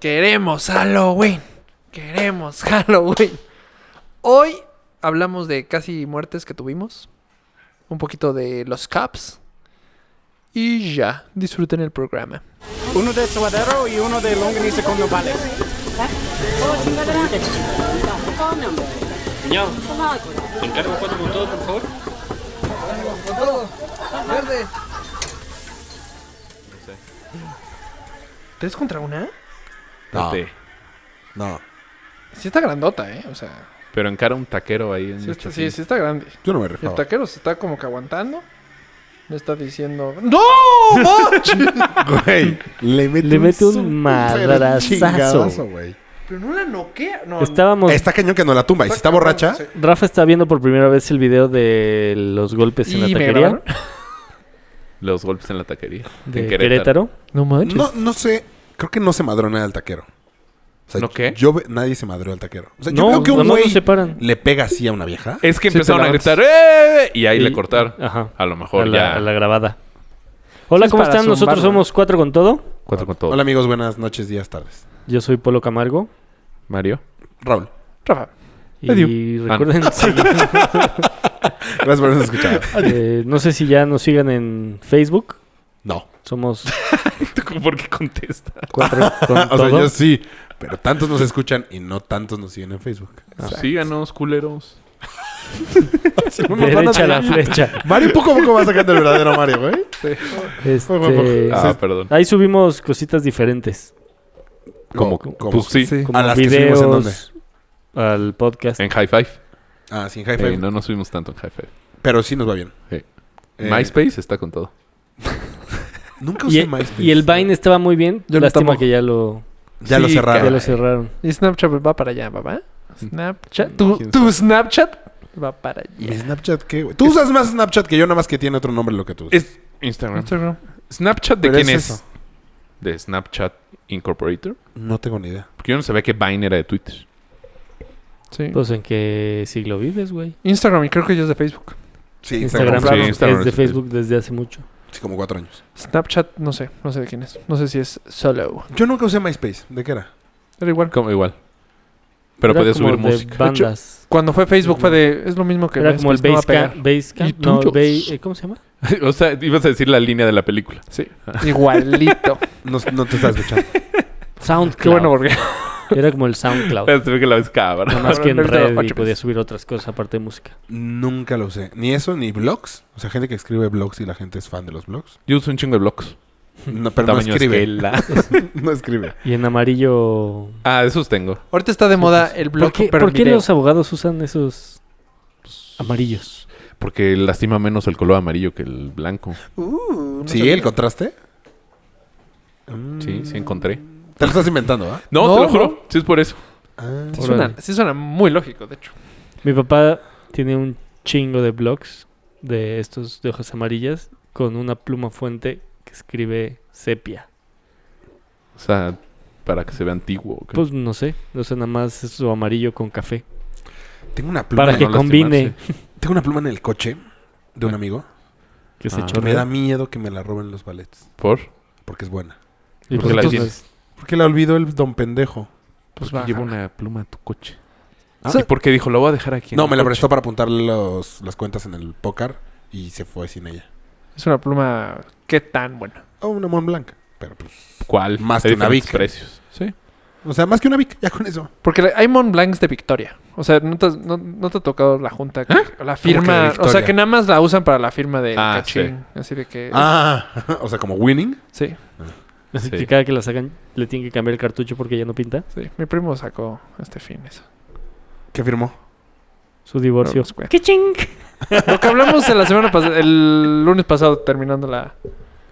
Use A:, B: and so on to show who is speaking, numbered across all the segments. A: Queremos Halloween. Queremos Halloween. Hoy hablamos de casi muertes que tuvimos. Un poquito de los Caps. Y ya, disfruten el programa.
B: Uno de suadero y uno de longaniza con nopales.
C: Cuñado, te encargo cuatro con todo, por favor.
A: ¿Tres contra una?
D: No,
E: Espérate,
D: no.
A: Sí está grandota, ¿eh? O sea,
E: Pero encara un taquero ahí. En
A: sí está,
E: nuestro-
A: sí, sí está grande.
D: Yo no me
A: El
D: rifaba.
A: taquero se está como que aguantando. Le está diciendo... ¡No! ¡Moch!
D: Güey, le mete,
F: Le mete un
D: súper
F: madrazazo.
D: chingadazo, güey.
A: Pero no la noquea. No,
F: Estábamos.
D: Está cañón que no la tumba. Y si está
B: Pues,
D: borracha,
A: Sí.
F: Rafa está viendo por primera vez el video de los golpes en la
A: ¿Y me
F: taquería
A: grabaron?
E: Los golpes en la taquería.
F: de
E: en
F: Querétaro.
A: No
E: Pues,
A: manches.
D: no, no sé. Creo que no se madró nada al taquero. O sea,
E: ¿No qué?
D: Yo, ve- nadie se madrió al taquero. O sea, yo
F: No,
D: creo que
F: nada
D: un
F: más
D: güey
F: nos separan.
D: le pega así a una vieja.
E: Es que
F: Sí,
E: empezaron
F: te
E: a
F: la-
E: gritar ¡Eh! y ahí
F: Y-
E: le cortaron.
F: Ajá.
E: A lo mejor
F: A
E: ya.
F: la, a la grabada.
A: Sí,
F: Hola,
A: es
F: ¿cómo
A: para
F: están? Nosotros
A: zumbar,
F: somos Cuatro con Todo.
E: Cuatro con todo.
D: Hola amigos, buenas noches, días, tardes.
F: Yo soy Polo Camargo.
E: Mario.
D: Raúl,
A: Rafa.
F: Y
E: Adiós.
F: recuerden,
D: Ah.
F: seguir-
D: gracias por habernos escuchado.
F: eh, no sé si ya nos sigan en Facebook.
D: No.
F: Somos
E: ¿Tú cómo- ¿Por qué contesta?
F: Cuatro con
D: o sea,
F: Todo.
D: yo sí. Pero tantos nos escuchan y no tantos nos siguen en Facebook.
F: Ah.
E: Síganos, culeros.
F: Derecha a la flecha.
D: Mario poco a poco va sacando el verdadero Mario, güey.
F: Este,
E: Ah, perdón.
F: ahí subimos cositas diferentes.
E: Como,
F: como-
E: pues sí,
A: sí.
F: Como
D: ¿A las que subimos en dónde?
F: videos al podcast.
E: en High Five.
D: Ah, sí, en High
E: Eh,
D: Five.
E: no nos subimos tanto en High Five.
D: Pero sí nos va bien.
E: Sí.
D: Eh,
E: MySpace está con todo.
D: Nunca
F: Y,
D: usé MySpace.
F: y el Vine estaba muy bien.
A: Yo lo
F: Lástima
A: tampoco.
F: que ya lo,
D: Ya lo
E: Sí,
D: cerraron.
F: ya lo cerraron.
A: Y Snapchat va para allá, papá. Snapchat.
E: Mm,
A: Tu,
E: quién
A: tu Snapchat va para allá.
D: ¿Mi Snapchat qué, güey? Tú usas más Snapchat que yo, nada más que tiene otro nombre lo que tú usas.
E: Es Instagram.
A: Instagram.
E: ¿Snapchat de
D: Pero
E: quién
D: es
E: es?
D: eso.
E: De Snapchat Incorporator.
D: No tengo ni idea.
E: Porque yo no sabía que Vine era de Twitter.
A: Sí.
F: Pues en qué siglo vives, güey.
A: Instagram, y creo que yo es de Facebook.
D: Sí,
F: Instagram,
E: Sí,
F: es
E: Instagram
F: de
E: es-
F: Facebook desde hace mucho.
D: Sí, como cuatro años.
A: Snapchat, no sé, no sé de quién es. No sé si es solo.
D: Yo nunca usé MySpace. ¿De qué era?
A: Pero igual.
E: Como igual. Pero
F: Era
E: podía
F: como
E: subir
F: de
E: música.
F: Bandas.
A: Cuando fue Facebook fue de. Es lo mismo que.
F: Era como el
A: MySpace, no va a pegar.
F: Basecamp. Basecamp.
A: Y
F: No,
A: tuyos.
F: Bay- eh, ¿Cómo se llama?
E: o sea, ibas a decir la línea de la película.
A: Sí. Igualito.
D: No, no te estás escuchando.
F: SoundCloud.
A: Qué bueno porque.
F: Era como el SoundCloud.
E: Pero se ve que la ves cabrón.
F: Nada más que en
A: Lo he visto
F: red y
A: ocho
F: podía
A: veces.
F: subir otras cosas aparte de música.
D: nunca lo usé. Ni eso, ni blogs. O sea, gente que escribe blogs y la gente es fan de los blogs.
E: Yo uso un chingo de blogs.
D: No, pero no
E: Tamaño
D: escribe.
E: esquela.
D: no escribe.
F: Y en amarillo.
E: Ah, esos tengo.
A: Ahorita está de moda el blog,
F: ¿Por qué,
A: pero
F: por
A: en
F: qué
A: video.
F: los abogados usan esos amarillos?
E: Porque lastima menos el color amarillo que el blanco.
A: Uh, no
D: ¿Sí?
A: sabía.
D: ¿El contraste? Mm.
E: Sí, sí encontré.
D: Te lo estás inventando, ¿ah? ¿va?
E: No,
A: No,
E: te lo juro. Sí es por eso.
D: Ah,
A: Sí suena,
F: Órale.
A: sí suena muy lógico, de hecho.
F: Mi papá tiene un chingo de blogs de estos de hojas amarillas con una pluma fuente que escribe sepia.
E: O sea, para que se vea antiguo. ¿o qué?
F: Pues no sé, no sé, nada más es su amarillo con café.
D: tengo una pluma.
F: Para que
E: no
F: combine,
D: Tengo una pluma en el coche de un amigo.
F: que se
E: Ah.
D: Me da
F: chorrea.
D: miedo que me la roben los ballets.
E: ¿Por?
D: Porque es buena.
F: Y
E: ¿Por
F: pues
E: qué la
F: entonces
E: tienes?
D: Porque la olvidó el don pendejo.
A: Pues
E: Porque
A: baja.
E: llevo una pluma a tu coche.
D: Ah.
E: ¿Y por qué dijo? Lo voy a dejar aquí. en
D: No,
E: el
D: me la
E: coche?
D: prestó para apuntar los, las cuentas en el póker y se fue sin ella.
A: Es una pluma. ¿Qué tan buena?
D: O Oh, una Mont Blanc. Pero pues.
E: ¿Cuál?
D: Más
E: Hay
D: que una Vic.
E: diferentes precios. Sí.
D: O sea, más que una Vic, ya con eso.
A: Porque la- hay Mont Blancs de Victoria. O sea, no te, has- no, no te ha tocado la junta.
E: ¿Eh?
A: que- La
D: ¿Cómo que de
A: firma. O
D: Victoria?
A: sea, que nada más la usan para la firma de
E: Ah,
A: cachín. Así de que.
D: Ah, o sea, como winning.
A: Sí,
E: Sí.
F: así que cada que la sacan le tienen que cambiar el cartucho porque ya no pinta
A: sí. Mi primo sacó este fin eso.
D: ¿Qué firmó?
F: su divorcio.
A: No, pues,
F: ¡Qué ching!
A: Lo que hablamos de la semana pasada. El lunes pasado terminando la.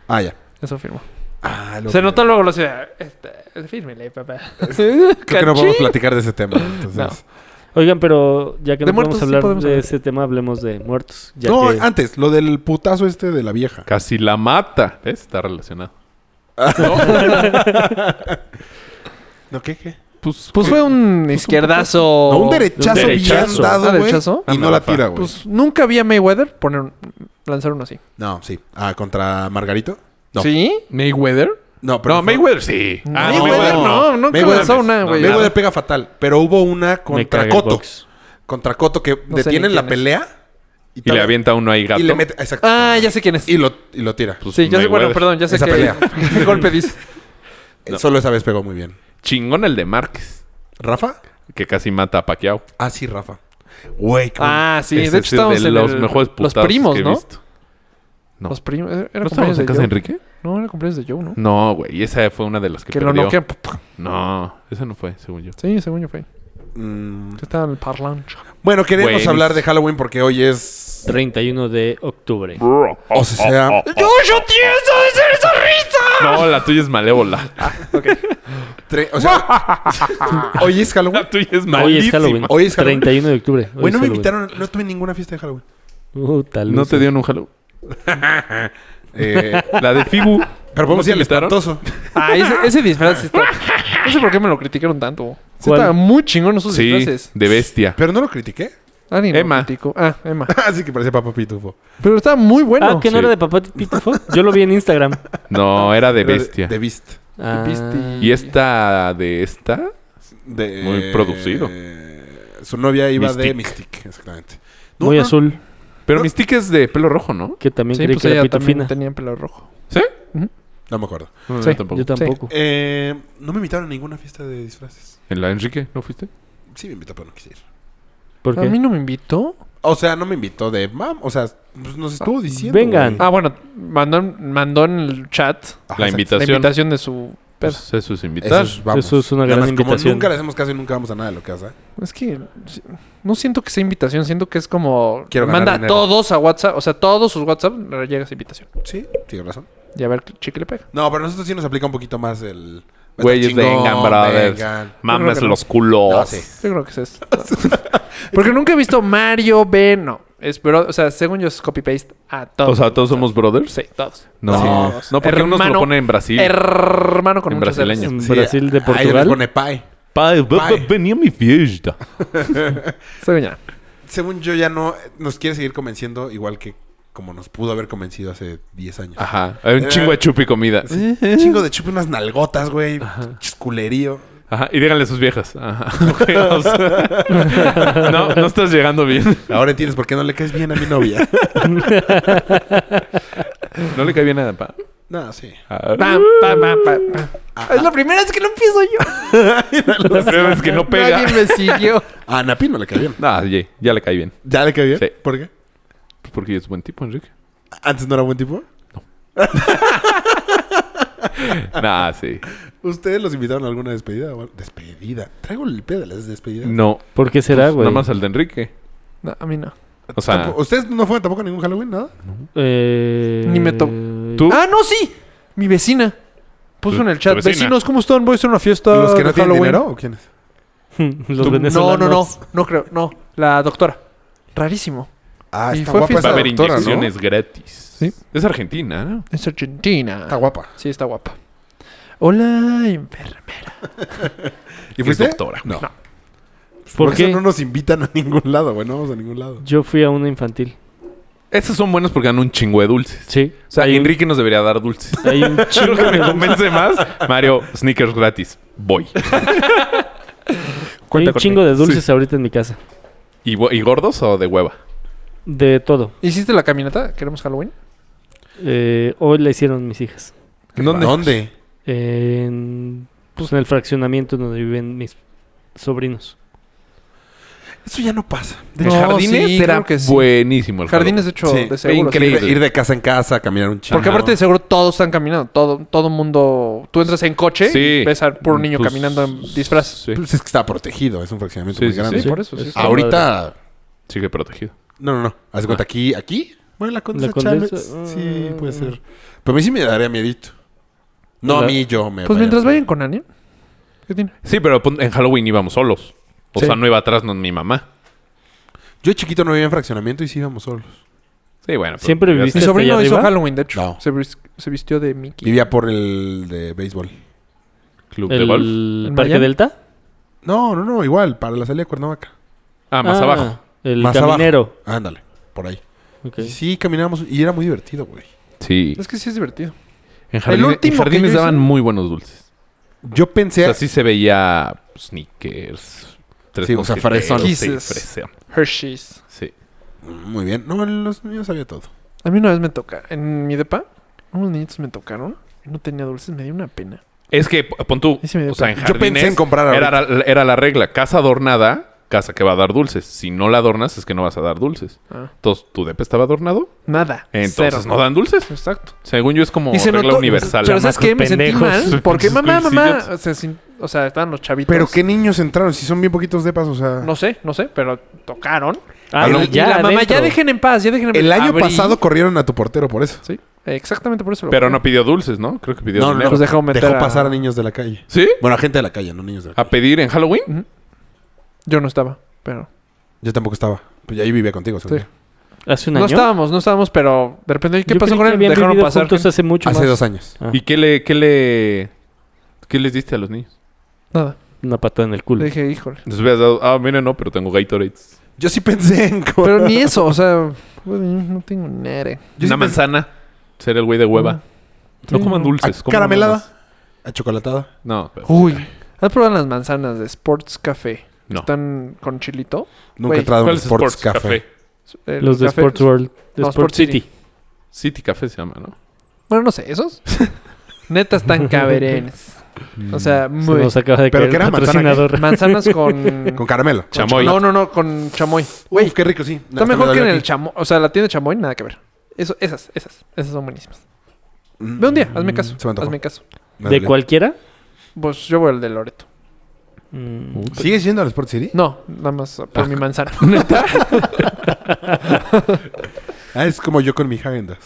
D: Ah, ya.
A: Eso firmó.
D: Ah, lo
A: Se
D: que-
A: notó luego la ciudad. Este, fírmele, papá.
D: Creo que no
A: Cachín.
D: podemos platicar de ese tema. Entonces.
F: Oigan, pero ya que
A: De
F: no podemos
A: muertos sí
F: hablar
A: podemos
F: de
A: hablar.
F: ese tema, hablemos de muertos. Ya
D: No, ah,
F: que-
D: antes, lo del putazo este de la vieja.
E: Casi la mata. ¿Ves? Está relacionado. ¿No?
D: ¿No qué? qué?
E: Pues,
A: Pues
E: ¿qué?
A: fue un izquierdazo.
D: No, un derechazo,
F: Un derechazo.
D: bien dado,
A: Oh, Ah,
D: güey.
A: derechazo.
D: Y
E: Anda,
D: no la
E: Rafa.
D: tira, güey.
A: Pues nunca vi a Mayweather poner, un- lanzar uno así.
D: No, sí. Ah, contra Margarito. No.
A: ¿Sí?
E: Mayweather.
D: No, pero
E: No, Mayweather sí. Ah, no,
A: Mayweather
E: Mayweather no.
A: no, nunca
D: Mayweather,
A: lanzó una,
E: no,
A: güey.
D: Mayweather pega fatal, pero hubo una
F: Me
D: contra
F: caga el
D: Cotto.
F: box.
D: Contra Cotto que
A: ni
D: detienen la
A: quién es.
D: pelea
E: Y le
D: tal-
E: avienta uno ahí gato.
D: y le mete, exacto.
A: Ah, ya sé quién es.
D: Y lo, y lo tira.
E: Pues,
A: sí, ya sé, bueno,
E: Mayweather.
A: perdón, ya sé
D: Esa
A: que
D: pelea.
A: qué golpe dice.
E: No.
D: Eh, Solo esa vez pegó muy bien.
E: Chingón el de Márquez,
D: ¿Rafa?
E: que casi mata a Pacquiao.
D: Ah, sí, Rafa. Güey, qué bueno.
A: Ah, sí,
E: Ese
A: de
E: es
A: hecho estábamos
E: de
A: en
E: los
A: el-
E: mejores
A: los
E: putazos
A: primos,
E: que he
A: ¿no?
E: visto. No.
A: Los primos, era era
E: ¿No estábamos
A: cumpleaños de
E: en casa
A: Joe.
E: de Enrique?
A: No, era cumpleaños de Joe, ¿no?
E: No, güey. Esa fue una de las que,
A: Que lo
E: perdió.
A: noquean.
E: No, esa no fue, según yo.
A: Sí, según yo fue.
D: Mm.
A: Que estaba en el parlancho.
D: Bueno, queremos
E: Güey,
D: hablar
E: es-
D: de Halloween porque hoy es.
F: 31 de octubre.
D: O sea,
E: Oh,
A: ¡Yo, yo tieso de ser esa risa!
E: No, la tuya es malévola. oh.
D: tre- o sea, hoy es Halloween.
E: La tuya es malísima.
F: Hoy es Halloween.
D: Hoy es Halloween.
F: 31 de octubre. Hoy
D: Güey,
F: es
D: no me
F: Halloween. Uh,
D: invitaron, no tuve ninguna fiesta de Halloween.
F: Puta
E: ¿No te
F: loser.
E: dieron un Halloween?
D: Eh,
E: La de Fibu.
D: pero podemos
E: ¿No te
D: ir al
E: invitaron?
D: espantoso.
A: Ah, ese, ese disfraz sí está. No sé por qué me lo criticaron tanto. Sí,
F: ¿Cuál?
A: estaba muy chingón esos
E: Sí,
A: disfraces.
E: de bestia.
D: Pero no lo critiqué.
A: Alguien lo
E: Emma.
A: criticó. Ah, Emma.
D: Así que parecía Papá Pitufo.
A: Pero estaba muy bueno.
F: Ah, que no
E: sí.
F: era de papá Pitufo. Yo lo vi en Instagram.
E: No, era de
D: Era
E: bestia.
D: De Beast.
F: Ah,
A: viste?
E: Y esta de esta.
D: De-
E: Muy producido.
D: eh, Su novia iba de
E: Mystic.
D: Mystic, exactamente. No,
F: muy
D: no,
F: azul.
E: Pero Mystique es de pelo rojo, ¿no?
F: Que también
A: Sí,
F: creí
A: pues
F: que era
A: ella también
F: pitufina.
A: tenía pelo rojo.
E: ¿Sí?
D: No me acuerdo.
E: No,
A: Sí.
E: yo tampoco.
F: Yo tampoco.
D: Eh, no me invitaron a ninguna fiesta de disfraces.
E: ¿En la Enrique? ¿No fuiste?
D: Sí me invitó, pero no quise ir.
F: ¿Por
A: A
F: qué?
A: mí no me invitó.
D: O sea, no me invitó de mam. O sea, pues nos estuvo diciendo.
F: vengan.
D: güey.
A: Ah, bueno, mandó, en- mandó en el chat
D: Ajá,
E: la
D: exacto.
E: invitación.
A: Ah, la invitación de su. Pero
E: Pues eso es invitar.
D: Eso es, vamos.
F: pues, Eso es una
D: Nada
F: gran
D: más,
F: invitación.
D: Como nunca le hacemos caso y nunca vamos a nada de lo que hace.
A: es que sí, no siento que sea invitación, siento que es como.
D: Quiero ganar
A: manda a
D: dinero.
A: todos a WhatsApp, o sea, todos sus WhatsApp le llega esa invitación.
D: Sí, tienes razón.
A: Y a ver, chicle le pega.
D: No, pero a nosotros sí nos aplica un poquito más el.
E: Güeyes,
D: Chingón,
E: vengan, brothers. Oh.
D: vengan.
E: Mames
A: Yo creo que no.
E: los culos.
D: No, sí.
A: Yo creo que es esto. Porque nunca he visto Mario B. No. Es, pero, o sea, según yo es copy-paste a todos.
E: O sea, ¿todos somos brothers?
A: Sí, todos.
E: No.
D: Sí.
E: No, porque unos
A: Hermano.
E: lo ponen en Brasil.
A: Hermano con
E: En
A: muchos
E: brasileño.
A: Rs.
F: En
D: Sí,
F: Brasil de
D: Ahí les
F: Portugal.
D: pone pie.
E: Pai, ve-
D: Pai.
E: ve- venía mi fiesta.
A: Según ya.
D: Según yo, ya no. Nos quiere seguir convenciendo igual que como nos pudo haber convencido hace 10 años.
E: Ajá. Hay
D: Eh.
E: un chingo de chupi comida.
D: Sí. Chingo de chupe unas nalgotas, güey. Chisculerío.
E: Ajá. Y díganle a sus viejas. Ajá. Ok, o sea, no, no estás llegando bien.
D: Ahora entiendes por qué no le caes bien a mi novia.
E: No le cae bien a pa.
D: no, sí.
E: a-
A: Pam, pam, pam, pam, pam. Es la primera vez que lo empiezo yo.
E: La primera vez que no pega.
A: Nadie me siguió.
D: A Napín no le cae bien.
E: Ah, ye, ya le cae bien.
D: ¿Ya le cae bien?
E: Sí.
D: ¿Por qué?
E: Pues porque es buen tipo, Enrique.
D: ¿Antes no era buen tipo?
E: Nah, sí.
D: ¿Ustedes los invitaron a alguna despedida? o algo? ¿Despedida? ¿Traigo el pedo de las despedidas?
E: No.
F: ¿Por qué será,
E: Pues,
F: güey?
E: Nada más al de Enrique.
A: No, a mí no.
E: O sea,
D: Tampoco- ¿Ustedes no fueron tampoco a ningún Halloween, nada?
F: Eh,
A: Ni me to-
E: ¿Tú?
A: Ah, no, sí. Mi vecina. Puso
E: Tu-
A: en el chat.
E: tu vecina.
A: Vecinos, ¿cómo están? Voy a hacer una fiesta.
D: ¿Los que no
A: de
D: tienen
A: Halloween".
D: dinero o quiénes?
F: Los
A: No,
F: venezolanos.
A: no, no. No creo. No. La doctora. Rarísimo.
D: Ah,
A: Y
D: está
A: fue
D: guapa
A: fiesta.
E: va a
D: esa
E: haber
D: doctora, ¿no?
E: inyecciones gratis.
A: Sí.
E: Es Argentina, ¿no?
A: Es Argentina.
D: Está guapa.
A: Sí, está guapa. Hola, enfermera.
D: ¿Y fuiste?
E: doctora.
D: No.
F: ¿Por,
D: eso
F: qué?
D: no nos invitan a ningún lado, güey. No vamos a ningún lado.
F: Yo fui a una infantil.
E: Estos son buenos porque dan un chingo de dulces.
F: Sí.
E: O sea,
F: hay un-
E: Enrique nos debería dar dulces.
F: hay un
E: Creo
F: chingo
E: que
F: de
E: me
F: dulces.
E: convence más. Mario, sneakers gratis. Voy.
F: Hay
E: Cuenta
F: un
E: conmigo.
F: chingo de dulces ahorita en mi casa.
E: ¿Y, bo- y gordos o de hueva?
F: De todo.
A: ¿Hiciste la caminata? ¿Queremos Halloween?
F: Eh, hoy la hicieron mis hijas.
E: ¿Dónde?
D: ¿Dónde?
F: En, pues, en el fraccionamiento donde viven mis sobrinos.
D: Eso ya no pasa.
E: De
A: No,
E: jardines
A: sí,
E: era
A: creo que sí.
E: buenísimo el
A: Jardines, de hecho,
D: Sí,
A: de seguro.
E: increíble.
A: sí.
E: Increíble.
D: Ir de casa en casa, caminar un chingo.
A: Porque aparte de seguro todos están caminando. Todo, todo mundo... Tú entras en coche
E: Sí.
A: y ves a por un niño
E: Pues,
A: caminando en disfraz.
E: Sí,
D: Pues es que está protegido, es un fraccionamiento
E: Sí,
D: muy
E: sí,
D: grande.
A: Sí,
E: sí.
A: por eso. Sí,
F: Es-
A: sí.
F: Ah,
D: Ahorita.
E: sigue protegido.
D: No, no, no. Haz de cuenta, aquí, aquí. Bueno, la condesa,
F: La Condesa,
D: Chávez.
F: ah,
D: Sí, puede ser. Pero a mí sí me daría miedito. No, a
F: La-
D: mí yo me.
A: Pues
D: vaya
A: mientras
D: a hacer.
A: vayan con Ania. ¿Qué tiene?
E: Sí, pero pon- en Halloween íbamos solos. O
A: Sí.
E: sea, no iba atrás no, mi mamá.
D: Yo de chiquito no vivía en fraccionamiento y sí íbamos solos.
E: Sí, bueno. pero-
F: Siempre viviste-
A: Mi
F: ¿Estás
A: sobrino
F: allá
A: hizo
F: arriba?
A: Halloween, de hecho.
D: No.
A: Se, vis- se vistió de Mickey.
D: Vivía por el de béisbol.
E: Club de golf.
F: ¿El
A: ¿En
F: Parque
A: Miami?
F: Delta?
D: No, no, no, igual, para la salida de Cuernavaca.
E: Ah, más
F: Ah,
E: abajo.
F: El
D: Más abajo.
F: caminero.
D: Ándale, por ahí.
F: Ok.
D: Sí, caminábamos y era muy divertido, güey.
E: Sí.
A: Es que sí es divertido.
E: En jardines, en
A: Pues, último que
E: jardines
A: yo hice-
E: daban muy buenos dulces.
D: Yo
E: O
D: pensé.
E: sea, sí se veía pues, sneakers. Tres
D: Sí, o sea,
E: mosqueteros,
D: fresón.
E: sí,
A: Kisses.
E: fresa,
A: Hershey's.
E: Sí.
D: Mm, Muy bien. No, en los míos había todo.
A: A mí una vez me toca, en mi depa, unos niñitos me tocaron. y No tenía dulces, me dio una pena.
E: Es que, pon tú,
A: Sí, sí me dio
E: o sea, en
D: Yo pensé en
E: jardines
D: comprar
E: era,
D: ahorita.
E: la- era la regla. Casa adornada, casa que va a dar dulces. Si no la adornas, es que no vas a dar dulces.
A: Ah.
E: Entonces, ¿tu depa estaba adornado?
A: Nada.
E: Entonces,
A: cero.
E: no dan dulces.
A: Exacto.
E: Según yo, es como
A: Y se
E: regla
A: notó-
E: universal.
A: Pero ¿sabes qué? Me sentí
F: pendejos.
A: mal. Porque
E: Pinches
A: mamá, mamá.
E: coincidios.
A: O sea, sin- o sea, estaban los chavitos.
D: Pero qué niños entraron, si son bien poquitos depas, o sea.
A: No sé, no sé, pero tocaron.
F: Ah,
A: Y
D: no,
A: la- y la mamá, ya
F: adentro.
A: dejen en paz, ya dejen en paz.
D: el año
A: Abrí.
D: pasado corrieron a tu portero por eso.
A: Sí, exactamente por eso. lo
E: Pero
A: creo.
E: no pidió dulces, ¿no? Creo que pidió
D: No, no,
E: dinero.
A: Pues dejó meter
D: Dejó
A: a-
D: pasar a niños de la calle.
E: ¿Sí?
D: Bueno, a gente de la calle, no niños de la calle.
E: ¿A pedir en Halloween?
A: Yo no estaba, pero...
D: Yo tampoco estaba. Pues ahí vivía contigo, según
A: Sí.
D: yo.
F: ¿Hace un año?
A: No estábamos, no estábamos, pero de repente, ¿y ¿qué
F: Yo
A: pasó
F: creí
A: con
F: que
A: él?
F: habían
A: Dejaron
F: vivido
A: pasar.
F: juntos hace mucho
D: Hace
F: más.
D: dos años.
F: Ah.
E: ¿Y qué le, qué le... ¿Qué les diste a los niños?
A: Nada.
F: Una patada en el
A: Le
F: culo.
A: dije, híjole.
E: Les hubieras dado... Ah, miren, no, pero tengo Gatorades.
D: Yo sí pensé en. co-
A: Pero ni eso, o sea... güey, No tengo nada.
D: Yo
E: Una
D: sí pensé-
E: manzana. Ser el güey de hueva. No coman dulces.
D: A
E: coman
D: Ah. caramelada.
E: bananas.
D: A chocolatada.
E: No. pero-
A: Uy. ¿Has probado las manzanas de Sports Café?
E: No.
A: Están con chilito.
D: Nunca
A: Güey.
D: he entrado en
E: ¿Cuál
D: un
E: es
D: Sports, Café.
A: El
F: Los de
A: café-
F: Sports World. De
A: No, Sport
F: Sports
A: City.
F: City.
E: City Café se llama, ¿no?
A: Bueno, no sé, ¿esos? Neta están caberenes.
D: Mm.
A: O sea,
F: Se
A: muy...
F: nos acaba de
D: Pero
F: caer
D: que
F: el
D: era manzana,
F: patrocinador.
A: Manzanas con...
D: Con caramelo.
E: Chamoy.
A: No, no, no, con chamoy. Güey,
D: Uf, qué rico, sí.
A: está
D: Hasta me
A: mejor que
D: dolió
A: en el
D: aquí.
A: chamoy. O sea, la tienda chamoy, nada que ver. Eso, esas, esas. Esas son buenísimas.
D: Mm.
A: Ve un día, hazme caso.
D: se me antojó.
A: hazme caso.
D: Me
F: ¿De
D: dolió.
F: cualquiera?
A: Pues yo voy al de Loreto.
F: Mm.
D: ¿Sigues yendo al Sport City?
A: No, nada más por mi manzana.
D: Ah, es como yo con mi Häagen-Dazs.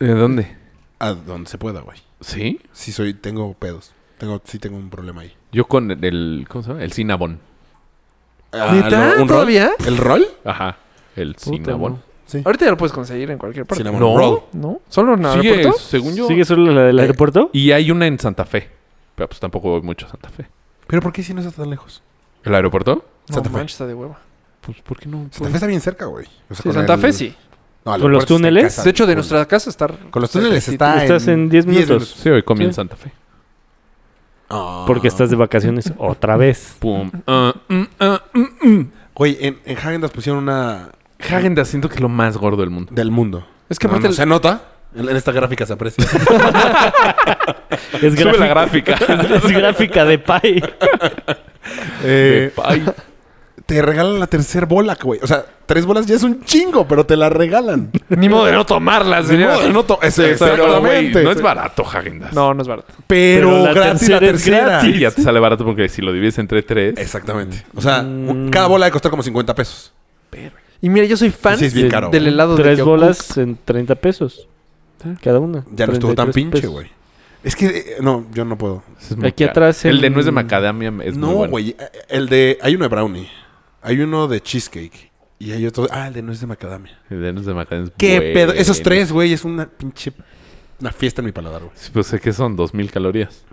E: ¿De dónde?
D: A donde se pueda, güey.
E: ¿Sí?
D: Sí soy, tengo pedos. Tengo, sí tengo un problema ahí.
E: Yo con el... ¿Cómo se llama? El Cinnabon.
A: ¿Neta?
D: Ah, ¿Un roll?
A: ¿Todavía?
D: ¿El rol?
E: Ajá. El
F: Puta,
E: Cinnabon.
A: Ahorita ya lo puedes conseguir en cualquier parte.
D: Cinnamon
E: No.
D: roll.
A: ¿No? ¿Solo en el
E: Sigue,
A: aeropuerto?
E: según yo... eh,
F: ¿Sigue solo la del aeropuerto?
E: Y hay una en Santa Fe. Pero pues tampoco voy mucho a Santa Fe.
D: ¿Pero por qué si no está tan lejos?
E: ¿El aeropuerto?
A: No,
D: Santa Fe.
A: manches, está de hueva.
E: Pues, ¿por qué no?
D: Santa Fe está bien cerca, güey. O sea,
A: Sí,
D: con
A: Santa
D: el-
A: Fe sí.
D: No, el
F: ¿Con los
D: aeropuerto está en
F: túneles?
D: casa.
A: De hecho, de nuestra casa está...
D: Con los túneles
A: cerca.
D: está
F: Estás en 10 minutos.
E: Sí, hoy comí
F: Sí.
E: en Santa Fe.
D: Ah.
F: Porque estás de vacaciones otra vez.
E: Pum. Ah, mm, ah, mm, mm.
D: Güey, en, en Häagen-Dazs pusieron una
E: Häagendas siento que es lo más gordo del mundo.
D: del mundo.
A: Es que
D: No,
A: aparte...
D: no
A: el-
D: se nota. En, en esta gráfica se aprecia.
F: Es
E: Sube la
F: gráfica,
E: gráfica.
F: es gráfica de pay.
D: Eh,
E: Ay,
D: te regalan la tercer bola, güey. O sea, tres bolas ya es un chingo, pero te la regalan.
A: Ni modo de no tomarlas,
D: Ni
A: diría.
D: modo de no to- Ese-
E: pero, güey,
D: exactamente.
E: no es barato Häagendas.
A: No, no es barato.
D: Pero,
F: Pero la
D: gratis la
F: tercera es
D: tercera.
E: Sí, ya te sale barato porque si lo divides entre tres...
D: Exactamente. O sea, un- cada bola de costar como 50 pesos.
A: Y mira, yo soy fan
D: Sí, es bien caro.
A: del helado de
F: Tres
A: yogur.
F: bolas en 30 pesos.
E: ¿Eh?
F: Cada una.
D: Ya no estuvo tan
F: 33
D: pinche,
F: pesos.
D: güey. Es que, eh, no, yo no puedo.
E: es muy
F: Aquí
E: caro.
F: atrás
E: El de
F: en-
E: nuez de macadamia es muy
D: no,
E: bueno.
D: güey. eh, El de. Hay uno de brownie. Hay uno de cheesecake. Y hay otro. Ah, el de nuez de macadamia.
E: El de nuez de macadamia es
D: ¿Qué
E: bueno.
D: pedo? Esos tres, güey, es una pinche. Una fiesta en mi paladar, güey.
E: Sí, Pues sé que son 2000 calorías.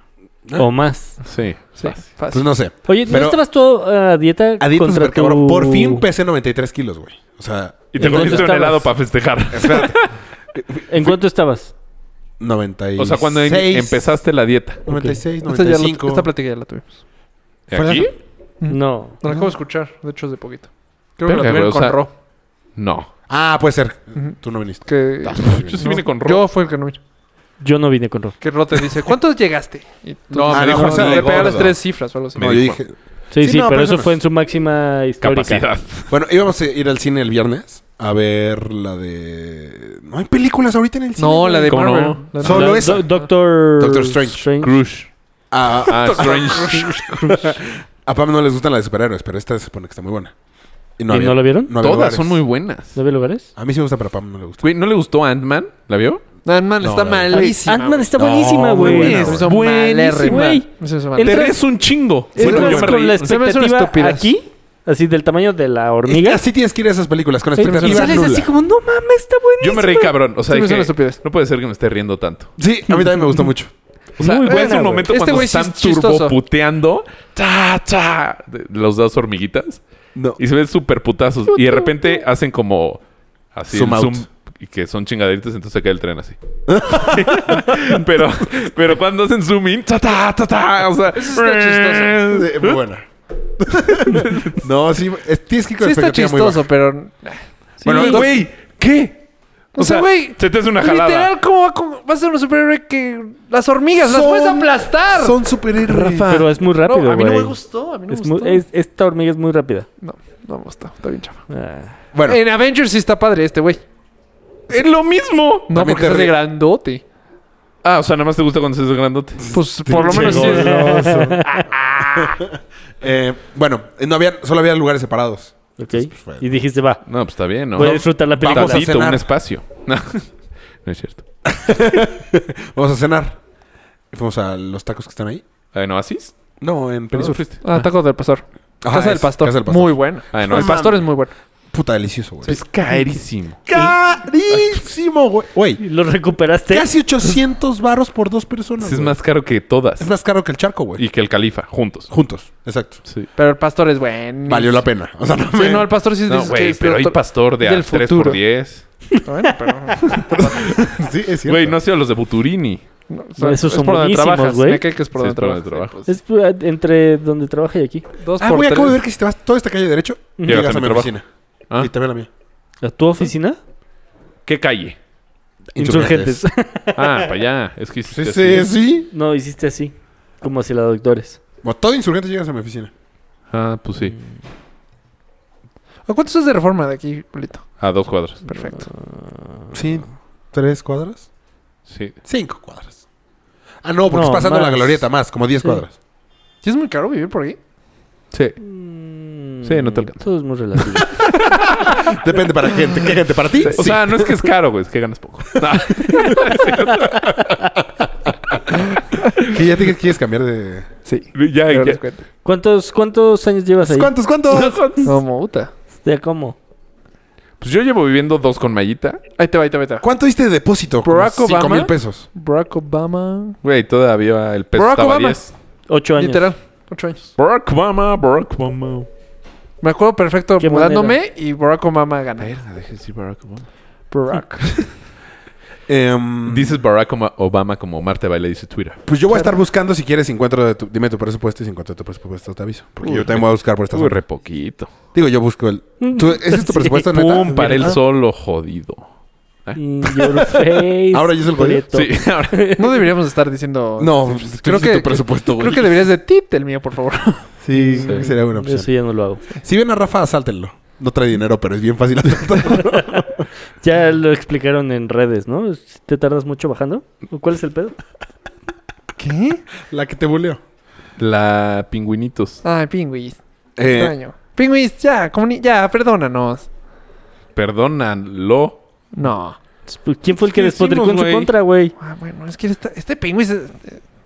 F: O más.
E: Sí,
A: Sí,
E: fácil.
A: fácil.
D: Pues no sé.
F: Oye, ¿no
D: Pero-
F: estabas tú a dieta
D: A dieta
F: contra
D: súper cabrón.
F: tu-
D: Por fin pesé 93 kilos, güey. O sea,
E: Y te
F: ¿En dónde
E: comiste un
F: estabas?
E: helado para festejar.
D: espérate.
F: ¿En cuánto estabas?
D: 96.
E: O sea, cuando en- empezaste la dieta.
D: 96,
A: Esta, ya la-
D: 95.
A: esta plática ya la tuvimos.
E: ¿Y
D: ¿Fue la-
E: ¿Aquí?
F: No.
A: La acabo de escuchar, de hecho, hace poquito. Creo que la
E: Verga,
A: tuvieron
E: güey, o
A: con
E: sea-
A: Ro.
E: No.
D: Ah, puede ser.
A: Ujú.
D: Tú no viniste.
A: Que...
D: Ah,
E: Yo sí vine
A: No,
E: con Ro.
A: Yo fue el que no vine.
F: Yo no vine con Ro.
A: Que Ro te dice, ¿cuántos llegaste?
D: Ah,
A: Y tú
E: No,
A: dices,
E: me dijo,
A: o sea,
E: "No,
A: le pegaron las
D: gordo".
A: tres cifras o algo así.
D: No, yo dije.
F: Sí,
D: Sí,
F: sí,
D: no,
F: pero
D: pero
F: eso
D: eso no
F: fue en su máxima histórica.
E: Capacidad.
D: Bueno, íbamos a ir al cine el viernes a ver la de. No hay películas ahorita en el cine.
A: No,
D: güey.
A: la de
E: ¿Cómo no?
A: Marvel. La de-
D: Solo
F: Do-
D: esa.
F: Doctor...
D: Doctor Strange.
E: Crush.
D: A,
E: Ah, Strange.
D: a Pam no les gustan las de superhéroes, pero esta se supone que está muy buena.
F: ¿Y no la vieron?
D: no había
E: Todas
D: lugares.
E: son muy buenas.
F: ¿No había lugares?
D: A mí sí me gusta, pero a Pam no le gusta.
E: Güey, ¿no le gustó Ant-Man? ¿La vio?
A: Ant-Man
D: No,
A: está
D: la-
A: malísima.
F: Ant-Man está
D: No, muy
F: buenísima, güey.
D: buena,
A: Se me hizo
E: Buenísima.
A: malérrima.
F: Güey.
A: Me hizo
F: El-
A: malérrima.
E: Te ríes un chingo.
D: Sí,
E: Bueno,
D: pero
E: yo
F: Entras
E: me
F: con la
E: reí.
A: Se me hace una
F: expectativa
A: estupidez.
F: aquí, así del tamaño de la
D: Hormigas
F: hormiga.
D: Así tienes que ir a esas películas con
F: Y y
D: expectativa
F: sales
D: nula.
F: así como, no mames, está buenísima.
E: Yo me reí cabrón. O sea,
A: Se me hizo una
E: dije,
A: estupidez.
E: no puede ser que me esté riendo tanto.
D: Sí, a mí también me gustó mucho.
E: O sea,
F: Muy
E: güey, es
F: buena,
E: un
F: güey.
E: momento
A: Este
E: cuando
A: güey sí
E: están
A: es chistoso.
E: turboputeando. Cha, cha. de- Los dos hormiguitas.
D: No.
E: Y se ven súper putazos. Y de repente hacen como... Así.
D: Zoom
E: el
D: out.
E: y que son chingaderitas, entonces se cae el tren así. pero, pero cuando hacen zoom in, ta, ta, ta, ta, o sea,
A: Eso está chistoso.
D: Eh, muy buena. no, sí, es- tienes que ir con
A: Sí está
D: expectativa muy
A: chistoso, pero...
E: Bueno,
A: Sí,
E: güey, ¿qué?
A: O sea, güey,
E: Se te hace una jalada.
A: Literal, ¿cómo va, a con- va a ser un superhéroe que... Las hormigas, las puedes
D: Son-
A: aplastar.
D: baja. Son superhéroes.
A: Rafa.
F: Pero es muy rápido,
A: no, a mí no me
F: güey.
A: gustó, a mí no me
F: Es
A: gustó.
F: muy- es- esta hormiga es muy rápida.
A: No, no me gustó, está bien chafa.
F: Ah.
D: Bueno,
A: En Avengers sí está padre este güey.
E: Es lo mismo.
A: No,
D: También
A: porque
D: te
A: estás de
D: ri-
A: grandote.
E: Ah, o sea, nada más te gusta cuando seas grandote.
A: Pues por lo menos sí.
D: eh, bueno, eh, no había, solo había lugares separados.
F: Ok.
D: pues, bueno.
F: Y dijiste, va,
E: No, pues está bien, ¿no?
F: voy a disfrutar la película.
D: Vamos a
E: Tantito,
D: cenar.
E: un espacio. No, no es cierto.
D: Vamos a cenar. Y fuimos a los tacos que están ahí.
E: Ah, ¿En Oasis?
D: No, en
E: ¿Dónde
D: Perisur.
E: fuiste?
A: Ah, taco del pastor.
D: Ajá,
A: casa, del
D: Ah, es-
A: pastor.
D: Casa del Pastor.
A: Muy buena.
E: Ah, en
A: el
E: Oasis.
A: pastor es muy bueno.
D: Puta delicioso, güey.
E: Es caerísimo.
D: Carísimo, güey. Güey,
F: ¿Y ¿Lo recuperaste?
D: casi 800 varos por dos personas.
E: Es
D: güey.
E: más caro que todas.
D: es más caro que el charco, güey.
E: Y que el califa, juntos.
D: Juntos, exacto.
E: Sí.
A: Pero el pastor es bueno.
D: Valió la pena. O sea, no
A: Sí,
D: me-
A: no, el pastor sí es
E: No,
A: dices
E: güey,
A: que-
E: pero hay
A: to-
E: pastor de
A: del
E: a 3 por
A: futuro.
E: 10.
A: Bueno, pero-
D: Sí, es cierto.
E: Güey, no ha sido los de Buturini.
A: no, o sea,
F: No, esos
A: es
F: son
A: por donde
F: buenísimos,
A: trabajas.
F: güey.
A: Me cae que es por
E: Sí,
A: donde
E: es por donde
A: trabajas.
E: trabajas.
F: Es eh, entre donde trabaja y aquí.
A: Dos
D: Ah,
A: por
D: güey, acabo de
A: tres.
D: ver que si te vas toda esta calle derecho,
E: Llegas
D: llegas,
E: a
D: a
E: mi
D: mi
E: trabajo.
D: oficina.
E: Ah.
D: Y también a la mía.
F: ¿A tu oficina?
E: ¿Qué calle?
F: Insurgentes.
E: Ah, para allá. Es que
D: Sí,
E: hiciste
D: sí,
E: así.
D: sí.
F: no, hiciste así. Como hacia la doctores.
D: Bueno, todo insurgentes llegas a mi oficina.
E: Ah, pues sí.
A: ¿A cuántos es de reforma de aquí, Polito?
E: A dos cuadras.
A: Perfecto.
F: Ah,
D: Sí. ¿Tres cuadras?
E: Sí.
D: Cinco cuadras. Ah, no, porque
F: No,
D: es pasando la
F: más.
D: glorieta más, como diez
F: Sí.
D: cuadras.
A: ¿Sí es muy caro vivir por aquí?
E: Sí.
F: Mm,
E: Sí, no te alcanza.
F: Todo es muy relativo.
D: Depende para gente. ¿Qué gente? ¿Para ti?
E: O sea, no es que es caro, güey, es que ganas poco. No,
D: que ya te quieres cambiar de.
A: Sí.
E: ya, ya.
F: ¿Cuántos, ¿Cuántos años llevas ahí?
D: ¿Cuántos? ¿Cuántos?
A: No, puta.
F: ¿De cómo?
E: Pues yo llevo viviendo dos con Mayita.
A: Ahí te va, ahí te va, ahí te va.
D: ¿Cuánto diste de depósito? Como
A: Barack
D: cinco
A: Obama.
D: mil pesos.
A: Barack Obama.
E: Güey, todavía el peso
A: Barack
E: estaba a
A: Obama.
E: 10.
F: Ocho años.
A: Literal. Ocho años.
E: Barack Obama, Barack Obama.
A: Me acuerdo perfecto
F: Qué
A: mudándome y Barack Obama gana.
E: Verga, deje de decir Barack Obama.
A: Barack.
D: Em,
E: Dices Barack Oma- Obama como Marte Baile dice Twitter.
D: Pues yo voy a estar buscando si quieres, si encuentro de tu, dime tu presupuesto y si encuentro tu presupuesto te aviso. Porque
E: Uy,
D: yo también voy a buscar por esta
E: Uy,
D: zona.
E: re poquito.
D: Digo, yo busco el. ¿Tú- ¿Ese es tu
F: Sí.
D: presupuesto, neta?
E: Pum, para el
F: Ah.
E: solo jodido.
F: In your face.
D: Ahora yo soy el jodido.
F: Prieto.
E: Sí, ahora.
A: No deberíamos estar diciendo.
D: No, creo que tu presupuesto, güey.
A: Creo que deberías de tit el mío, por favor.
D: sí,
E: Sí.
D: creo que sería buena opción.
F: Eso ya no lo hago.
D: Si ven a Rafa, asáltenlo. No trae dinero, pero es bien fácil asaltarlo.
F: Ya lo explicaron en redes, ¿no? ¿Te tardas mucho bajando? ¿Cuál es el pedo?
A: ¿Qué?
D: La que te buleó.
E: La pingüinitos.
A: Ay, pingüis.
D: Eh,
A: Extraño. Pingüis, ya, comuni- ya, perdónanos.
E: Perdónanlo.
A: No.
F: pues, ¿Quién fue el que
E: ¿Qué
F: despotricó en
E: hicimos,
F: su
E: güey?
F: contra, güey?
A: Ah, bueno, es que esta- este pingüis es,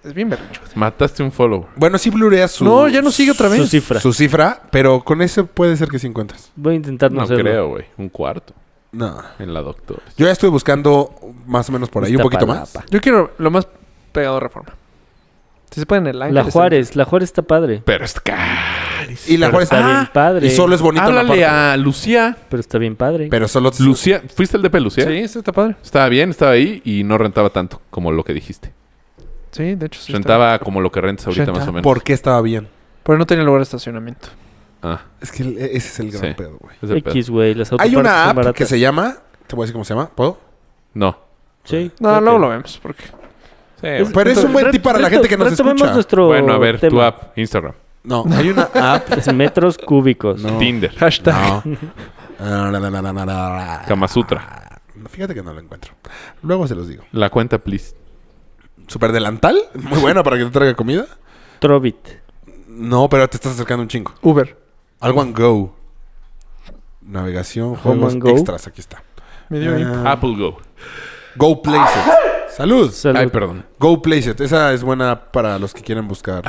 A: es bien berrincho.
E: Mataste un follower.
D: bueno, sí blureas su,
A: No, ya no sigue otra
F: Su
A: vez.
F: cifra.
D: su cifra, pero con eso puede ser que sí encuentres.
F: Voy a intentar no,
E: No
F: hacerlo.
E: creo, güey. Un cuarto
D: No.
E: en la doctora.
D: Yo ya estuve buscando más o menos por ahí, un poquito más.
F: Iztapalapa.
A: Yo quiero lo más pegado a reforma. Si se puede en el ángel.
F: La
A: está-
F: Juárez, la Juárez está padre.
E: Pero es carísimo.
D: Y la
F: Pero
D: Juárez
F: está bien padre.
D: Y solo es bonito en la
E: Háblale
D: parte.
E: a Lucía.
F: Pero está bien padre.
D: Pero solo
E: Lucía, ¿fuiste el DP Lucía?
A: Sí, sí, está padre.
E: Estaba bien, estaba ahí y no rentaba tanto como lo que dijiste.
A: Sí, de hecho sí. está
E: rentaba como lo que rentas ahorita
A: Rentaba.
E: más o menos.
D: ¿Por qué estaba bien?
A: bien. Pero no tenía lugar de estacionamiento.
E: Ah,
D: Es que el- e-, ese es el gran
E: Sí.
D: pedo, güey.
E: es el pedo.
F: X, güey. Las
D: Hay
F: autopartes
D: una
F: son
D: app
F: baratas.
D: que se llama... Te voy a decir cómo se llama. ¿Puedo?
E: No.
F: Sí.
A: No,
F: creo
A: luego
F: que-
A: lo vemos. Porque...
E: Sí,
D: Pero es un buen
F: Ret-
D: tip para la
F: reto-
D: gente que nos
F: retomemos
D: escucha.
F: nuestro
E: bueno, a ver, tu
F: tema.
E: app, Instagram,
D: No, hay una app...
F: Es metros cúbicos.
D: No.
E: Tinder,
A: Hashtag.
D: No.
E: Kama Sutra.
D: Fíjate que no lo encuentro. Luego se los digo.
E: La cuenta, please.
D: ¿Super delantal? Muy buena para que te traiga comida.
F: Trovit.
D: No, pero te estás acercando un chingo.
A: Uber.
D: Algo and Go. Navegación, juegos
F: and Go.
D: extras. Aquí está.
A: Medio imp-
D: Ah,
E: Apple Go.
D: Go Places. Salud.
F: Salud.
E: Ay, perdón.
D: Go Places. Esa es buena para los que quieren buscar.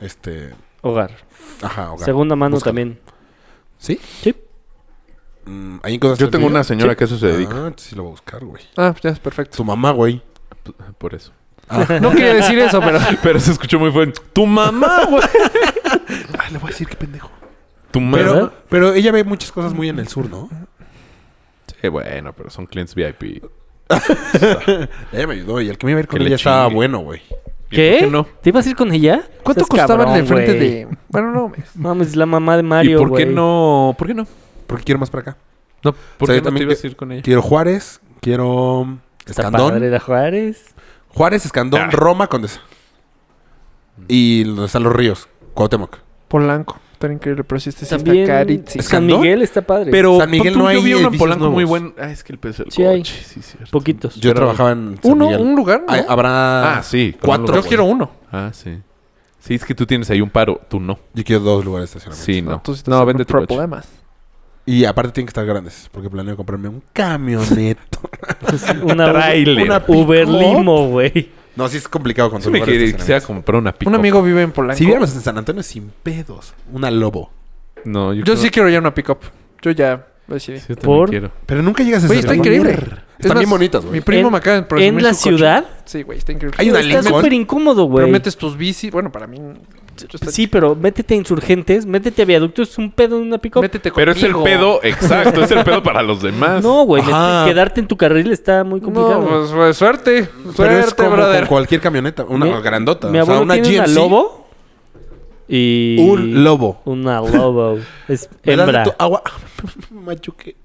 D: Este.
F: Hogar.
D: Ajá, hogar.
F: Segunda mano
D: Búscalo.
F: también.
D: ¿Sí?
F: Sí.
D: Mm, ahí encontraste
E: Yo
D: el
E: tengo
D: video?
E: una señora
F: Sí.
E: que a eso se dedica.
D: Ah, sí lo voy a buscar, güey.
A: Ah, ya, es perfecto.
D: Tu mamá, güey.
E: P- Por eso.
A: No quería decir eso, pero.
E: Pero se escuchó muy fuerte. ¡Tu mamá, güey!
D: Ah, le voy a decir qué pendejo.
E: ¿Tu mamá?
D: Pero, pero ella ve muchas cosas muy en el sur, ¿no?
E: Sí, dije, bueno, pero son clientes VIP.
D: Ella me ayudó y el que me iba a ir con
E: Que le
D: ella estaba
E: chingue.
D: bueno, güey.
F: ¿Qué?
E: por qué no?
F: ¿Te ibas a ir con ella?
A: ¿Cuánto
F: Seas
A: costaba
F: cabrón,
A: el del frente
F: güey.
A: de...? Bueno, no, mames.
F: Mames, es la mamá de Mario,
E: ¿Y por qué
F: güey.
E: no? ¿Por qué no?
D: Porque quiero más para acá.
E: No,
D: O
E: ¿Por
D: sea, yo
E: qué no te
D: también
E: ibas a
D: que-
E: ir con ella?
D: Quiero Juárez, quiero
F: Está
D: Escandón.
F: padre la Juárez.
D: Juárez, Escandón,
E: Ah.
D: Roma, Condesa. Y donde están los ríos, Cuauhtémoc.
A: Polanco. Tan increíble, pero sí, este sí está
F: También
A: carísimo.
F: San
D: ¿Escandón?
F: Miguel está padre.
E: Pero
D: San Miguel
E: pon tú,
D: no
E: yo
D: hay
E: vi uno en
D: edificios
E: Polanco muy
D: nuevos.
E: bueno. Ah, es que el peso del
F: Sí hay.
E: coche. Sí, cierto.
F: poquitos.
D: Yo
E: Pero-
D: trabajaba en San
A: Uno,
D: Miguel.
A: un lugar, ¿no?
D: Ay, habrá...
E: Ah, sí. con
D: Cuatro.
E: un
A: Yo
E: lugar.
A: quiero uno.
E: Ah, sí. Sí, es que tú tienes ahí un paro. Tú no.
D: Yo quiero dos lugares de estacionamiento.
E: Sí, no.
A: Entonces,
E: No, vende tu coche.
A: problemas.
D: Y aparte tienen que estar grandes, porque planeo comprarme un camioneto.
F: una
E: Trailer.
F: una Uber Limo, güey.
D: no, sí es complicado con
E: Sí
D: dos
E: me
D: lugares de
E: quiere que sea
D: estacionamiento.
E: comprar una pick
A: Un amigo vive en Polanco.
D: Si viéramos en San Antonio sin pedos, una lobo.
E: No, yo,
A: yo
E: creo-
A: sí quiero ya una pick-up. Yo ya lo decidí.
E: Sí, yo también
F: Por-
E: quiero.
D: Pero nunca llegas a
A: Güey, está
D: estacionamiento.
A: increíble. Es
D: Están
A: más,
D: bien bonitas, güey.
A: Mi primo
F: ¿En-
A: me acaba de presumir
F: ¿En la
A: su coche.
F: ciudad?
A: Sí, güey, está increíble.
D: Hay una
F: Está
D: Lincoln.
F: súper incómodo,
A: Pero
F: güey.
A: metes tus bici. Bueno, para mí... yo está-
F: Sí, pero métete a insurgentes, métete a viaductos, es un pedo en una pick
A: Métete
E: Pero es el
A: conmigo.
E: pedo, exacto, es el pedo para los demás.
F: No, güey,
D: Ajá.
F: met- quedarte en tu carril está muy complicado.
A: No, pues, pues, suerte.
D: Pero es
A: suerte,
D: como con
A: brother.
D: cualquier camioneta, una
F: Mi-
D: grandota. o
F: Mi
D: sea,
F: abuelo
D: una
F: tiene
D: GMC.
F: una lobo y
D: Un lobo.
F: Una lobo. Es
D: Me das de
F: hembra.
D: tu agua. Machuque.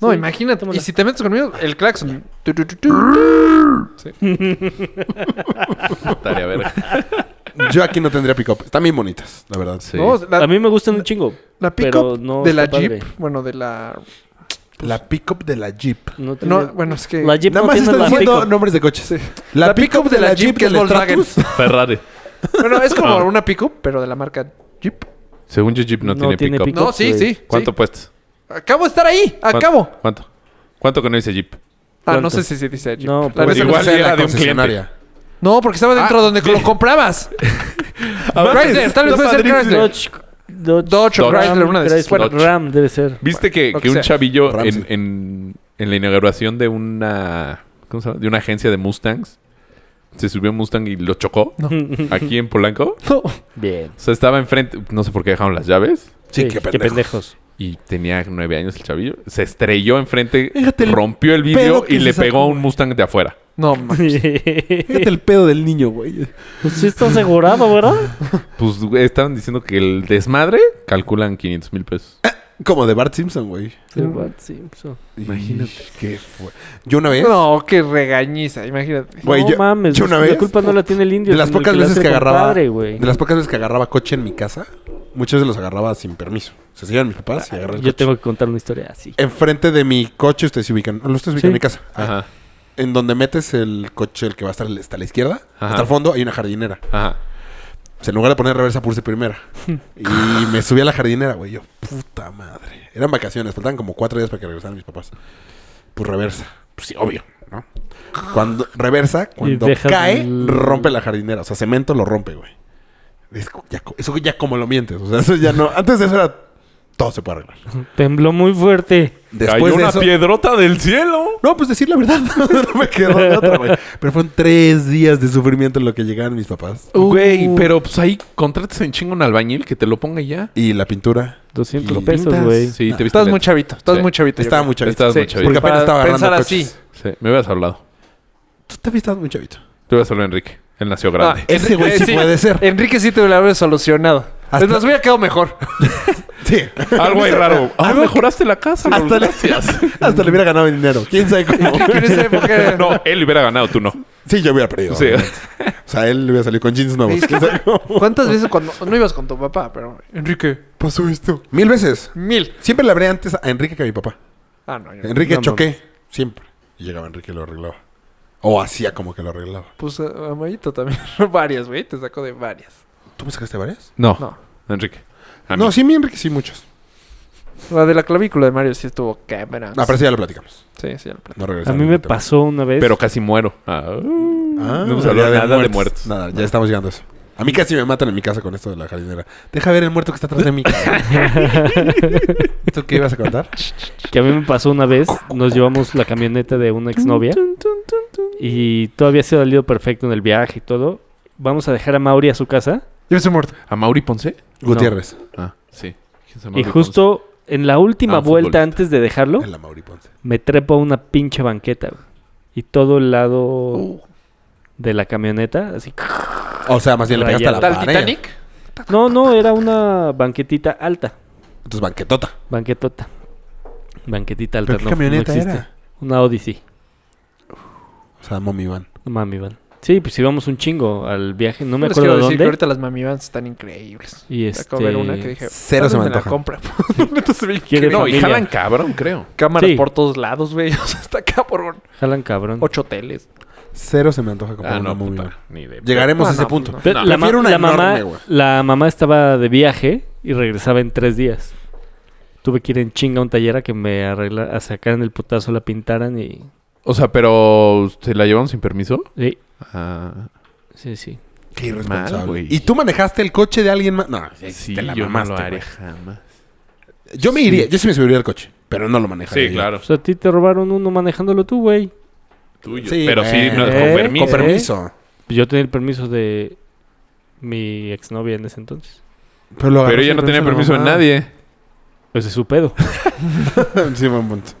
A: No,
F: Sí,
A: imagínate.
F: tómala.
A: Y si te metes conmigo, el claxon. Tu, tu, tu, tu.
E: Tarea, a ver.
D: Yo aquí no tendría pick-up. Están bien bonitas, la verdad.
E: Sí.
A: No, la,
F: A mí me gustan un chingo.
A: la
F: pero
A: pick-up
F: no
A: de la
F: está padre.
A: Jeep. Bueno, de la...
D: La pick-up de la Jeep.
F: No tiene-
A: No, bueno, es que...
F: la Jeep
D: Nada
F: no
D: más
F: tiene
D: estás
F: la
D: diciendo
F: pick-up.
D: nombres de coches. La, pick-up de la Jeep que es
A: del
D: Volkswagen.
A: Stratus.
E: Ferrari.
A: Bueno, es como
E: Ah.
A: una pick-up, pero de la marca Jeep.
E: Según yo, Jeep no,
F: No
E: tiene,
F: tiene
E: pick-up.
F: pick-up.
A: No, sí,
F: güey.
A: sí.
E: ¿Cuánto
A: sí.
E: puestas?
A: Acabo de estar ahí.
E: ¿Cuánto-
A: Acabo.
E: ¿Cuánto? ¿Cuánto que no dice Jeep?
A: Ah, no
F: ¿Cuánto?
A: sé si se dice Jeep.
F: No,
A: La
F: pues
A: neta no
E: igual
A: sé.
E: era de un
A: No, porque estaba dentro
E: Ah,
A: donde
E: sí.
A: lo comprabas. Chrysler, eh, tal vez puede ser Chrysler.
F: Dodge, Dodge,
A: Dodge o
E: Dodge.
A: Chrysler, una de esas.
F: Chrysler,
A: Bueno,
E: Dodge.
F: Ram debe ser.
E: ¿Viste que,
A: Lo
E: que
A: que
E: un
A: sea.
E: chavillo
D: Ramsey.
E: en, en, en la inauguración de una... ¿Cómo se llama? De una agencia de Mustangs. Se subió un Mustang y lo chocó. Aquí en Polanco.
F: Bien.
E: O sea, estaba enfrente... No sé por qué dejaron las llaves.
D: Sí, qué pendejos.
E: Y tenía nueve años el chavillo. Se estrelló enfrente,
D: Fíjate el
E: rompió el
D: pedo
E: vidrio
D: que
E: y
D: se
E: le
D: sacó,
E: pegó a un Mustang de afuera.
A: no, ma-
D: Fíjate el pedo del niño, güey.
F: pues sí está asegurado, ¿verdad?
E: Pues güey, estaban diciendo que el desmadre calculan 500 mil pesos.
D: Como de Bart Simpson, güey.
F: Sí, pues, oh. Bart Simpson.
D: Imagínate qué fue. Yo una vez.
A: no, qué regañiza, imagínate.
D: Güey,
F: no
D: yo-
F: mames,
D: yo una
F: la
D: vez-
F: culpa no la tiene el indio.
D: De las
F: sino el
D: pocas
F: la
D: veces
F: hace
D: que agarraba.
F: compadre, güey.
D: de las pocas veces que agarraba coche en mi casa, muchas veces los agarraba sin permiso. Se llevan mis papás y agarré el
F: Yo
D: coche.
F: tengo que contar una historia así.
D: Enfrente de mi coche, ustedes se ubican. Lo ustedes ubican
F: Sí.
D: mi casa. Ah,
E: Ajá,
D: En donde metes el coche, el que va a estar hasta la izquierda,
E: Ajá.
D: hasta el fondo, hay una jardinera.
E: ajá.
D: O sea, en lugar de poner reversa, puse primera.
F: Hmm.
D: y me subí a la jardinera, güey. Yo, puta madre. Eran vacaciones, faltaban como cuatro días para que regresaran mis papás. Pues reversa. Pues sí, obvio, ¿no? Cuando reversa, cuando
F: dejas
D: cae,
F: el-
D: rompe la jardinera. O sea, cemento lo rompe, güey. Es co- ya co- eso ya como lo mientes. O sea, eso ya no. Antes de eso era. Todo se puede arreglar.
F: Tembló muy fuerte.
D: Después
E: Cayó
D: de
E: una
D: eso.
E: piedrota del cielo.
D: No, pues decir la verdad. no me quedó de otra, güey. Pero fueron tres días de sufrimiento en lo que llegaban mis papás.
E: Güey, pero pues ahí contratas en chingo un albañil que te lo ponga y ya.
D: Y la pintura.
F: 200
D: Y-
F: pesos, güey.
E: Sí, te viste.
A: Estás muy chavito, estás
E: Sí.
A: muy chavito. yo
D: Estaba
A: creo.
D: muy chavito.
E: Estabas muy
A: Sí.
E: chavito.
D: Porque apenas
A: Para
D: estaba agarrando
A: pensar
D: coches.
A: así.
E: Sí, me hubieras hablado.
D: Tú también estabas muy chavito.
E: Te hubieras hablado, Enrique. Él nació grande.
A: Ah,
D: Ese güey
A: eh,
D: sí puede ser.
A: Enrique sí te lo habría solucionado.
D: Hasta-
A: Nos hubiera quedado mejor.
D: Sí.
E: Algo ahí raro. Ah, mejoraste la casa. Raúl.
D: Hasta le, hasta le hubiera ganado dinero. ¿Quién sabe cómo?
A: Que en esa época-
E: No, él hubiera ganado, tú no.
D: Sí, yo hubiera perdido.
E: Sí.
D: obviamente. O sea, él le hubiera salido con jeans nuevos. ¿Quién sabe cómo?
A: ¿Cuántas veces cuando no ibas con tu papá? Pero Enrique, pasó esto.
D: Mil veces.
A: Mil.
D: Siempre le hablé antes a Enrique que a mi papá.
A: Ah, no. yo-
D: Enrique
F: No,
D: choqué. Siempre. Y llegaba Enrique y lo arreglaba. O hacía como que lo arreglaba.
A: Pues a Mayito también. varias, güey. Te sacó de varias.
D: ¿Tú me sacaste varias?
E: No,
A: No.
E: Enrique. A mí.
D: No, sí, mi Enrique sí, muchas.
A: La de la clavícula de Mario sí estuvo cámara.
D: Ah, pero eso ya lo platicamos.
A: Sí, sí, ya lo platico.
D: No
F: A
D: regresamos.
F: mí me
D: al tema.
F: pasó una vez.
E: Pero casi muero. Ah,
D: Ah,
E: No hemos
D: ya
E: hablado nada de muertos.
D: Nada, ya estamos llegando a eso. A mí casi me matan en mi casa con esto de la jardinera. Deja ver el muerto que está atrás de mí. ¿Tú qué ibas a contar?
F: Que a mí me pasó una vez. Nos llevamos la camioneta de una exnovia. Y todavía se ha salido perfecto en el viaje y todo. Vamos a dejar a Mauri a su casa.
A: Yo soy muerto.
E: ¿A Mauri Ponce?
D: Gutiérrez.
E: Ah, sí. ¿Quién se llama
F: Y
E: Mauri
F: justo
D: pues,
F: en la última
E: Ah, un
F: vuelta
E: futbolista.
F: antes de dejarlo,
D: En la Mauri Ponce.
F: me trepo a una pinche banqueta, güey. Y todo el lado
D: Uh,
A: Uh.
F: de la camioneta, así.
D: O sea, más bien le pegaste a la
A: ¿Tal
D: pared.
A: Titanic?
F: No, no, era una banquetita alta.
D: Entonces, banquetota.
F: Banquetota. Banquetita alta,
D: ¿Pero qué
F: no, no
D: camioneta
F: existe.
D: era?
F: Una Odyssey.
D: O sea, mommy van.
F: No mames, van. Sí, pues íbamos un chingo al viaje, no me
A: les
F: acuerdo
A: quiero decir que
F: dónde.
A: ahorita las mami vans están increíbles.
F: Y
A: Acabo de ver una
F: este,
A: que dije.
D: cero
A: "Tal
D: se
A: vez
D: me
A: la
D: antoja".
A: compra. Neta, se ve
F: ¿Quién
A: increíble.
F: es?
E: No, y
F: familia.
E: jalan cabrón, creo.
A: Cámaras
F: Sí.
A: por todos lados, güey. O sea, está cabrón.
F: Jalan cabrón.
A: Ocho hoteles.
D: Cero se me antoja comprar
E: Ah,
D: una
E: no,
D: mommy
E: puta,
D: van.
E: Ni de...
D: Llegaremos
A: No,
D: a ese
A: no,
D: punto.
A: no.
F: Pero
E: No,
F: la, ma-
D: prefiero una
F: la mamá,
D: enorme, güey.
F: la mamá estaba de viaje y regresaba en tres días. Tuve que ir en chinga a un taller a que me arregla, a sacaran el putazo, la pintaran y.
E: O sea, pero ¿se la llevamos sin permiso?
F: Sí,
E: Ah,
F: sí, sí.
D: Qué
E: Mal,
D: irresponsable.
E: güey.
D: ¿Y tú manejaste el coche de alguien más? No, sí,
E: sí,
D: te la
E: yo
D: mamaste,
E: no lo haré
D: güey.
E: jamás.
D: Yo me iría, yo sí me subiría al coche, pero no lo manejaría.
E: Sí,
D: yo.
E: claro.
F: O sea, Pues a ti te robaron uno manejándolo tú, güey.
E: Tuyo.
D: Sí,
E: pero sí,
D: güey.
E: no, con
F: Eh,
E: permiso.
D: Con permiso.
F: Yo tenía el permiso de mi exnovia en ese entonces.
D: Pero, lo
E: Pero
D: agarró
E: ella
D: sin
E: no tenía permiso de
D: mamá.
E: nadie.
F: Pues es su pedo.
D: sí, buen punto.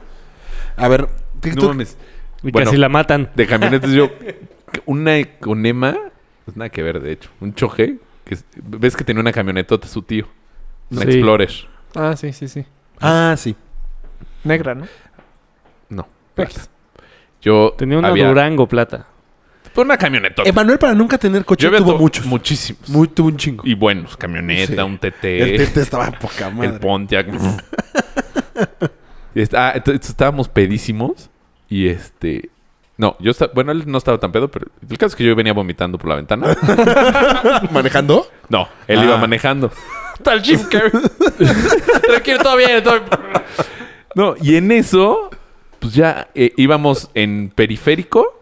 D: A ver,
E: No
D: TikTok.
E: mames.
F: Y
E: Bueno.
F: casi la matan.
E: De camionetas yo... Una Econema... Pues nada que ver, de hecho. Un choje. Que es- ves que tenía una camionetota su tío. Una
F: Sí.
E: Explorer.
A: Ah, sí, sí, sí.
D: ah, sí.
A: Negra, ¿no? Pues,
E: No. plata. Yo
F: Tenía una
E: había-
F: Durango plata.
E: Fue una camionetota.
D: Emanuel, para nunca tener coche,
E: Yo había
D: tuvo
E: to-
D: muchos.
E: Muchísimos.
D: Muy, tuvo un chingo.
E: Y buenos. Camioneta,
D: Sí.
E: un TT.
D: El tete estaba poca madre.
E: El Pontiac. Y está- ah, entonces estábamos pedísimos. Y este. No, yo estaba. Bueno, él no estaba tan pedo, pero el caso es que yo venía vomitando por la ventana.
D: ¿Manejando?
E: No, él
D: Ah.
E: iba manejando.
A: Tal Jim Carrey. Tranquilo, todo bien. Todo...
E: No, y en eso, pues ya eh, íbamos en periférico.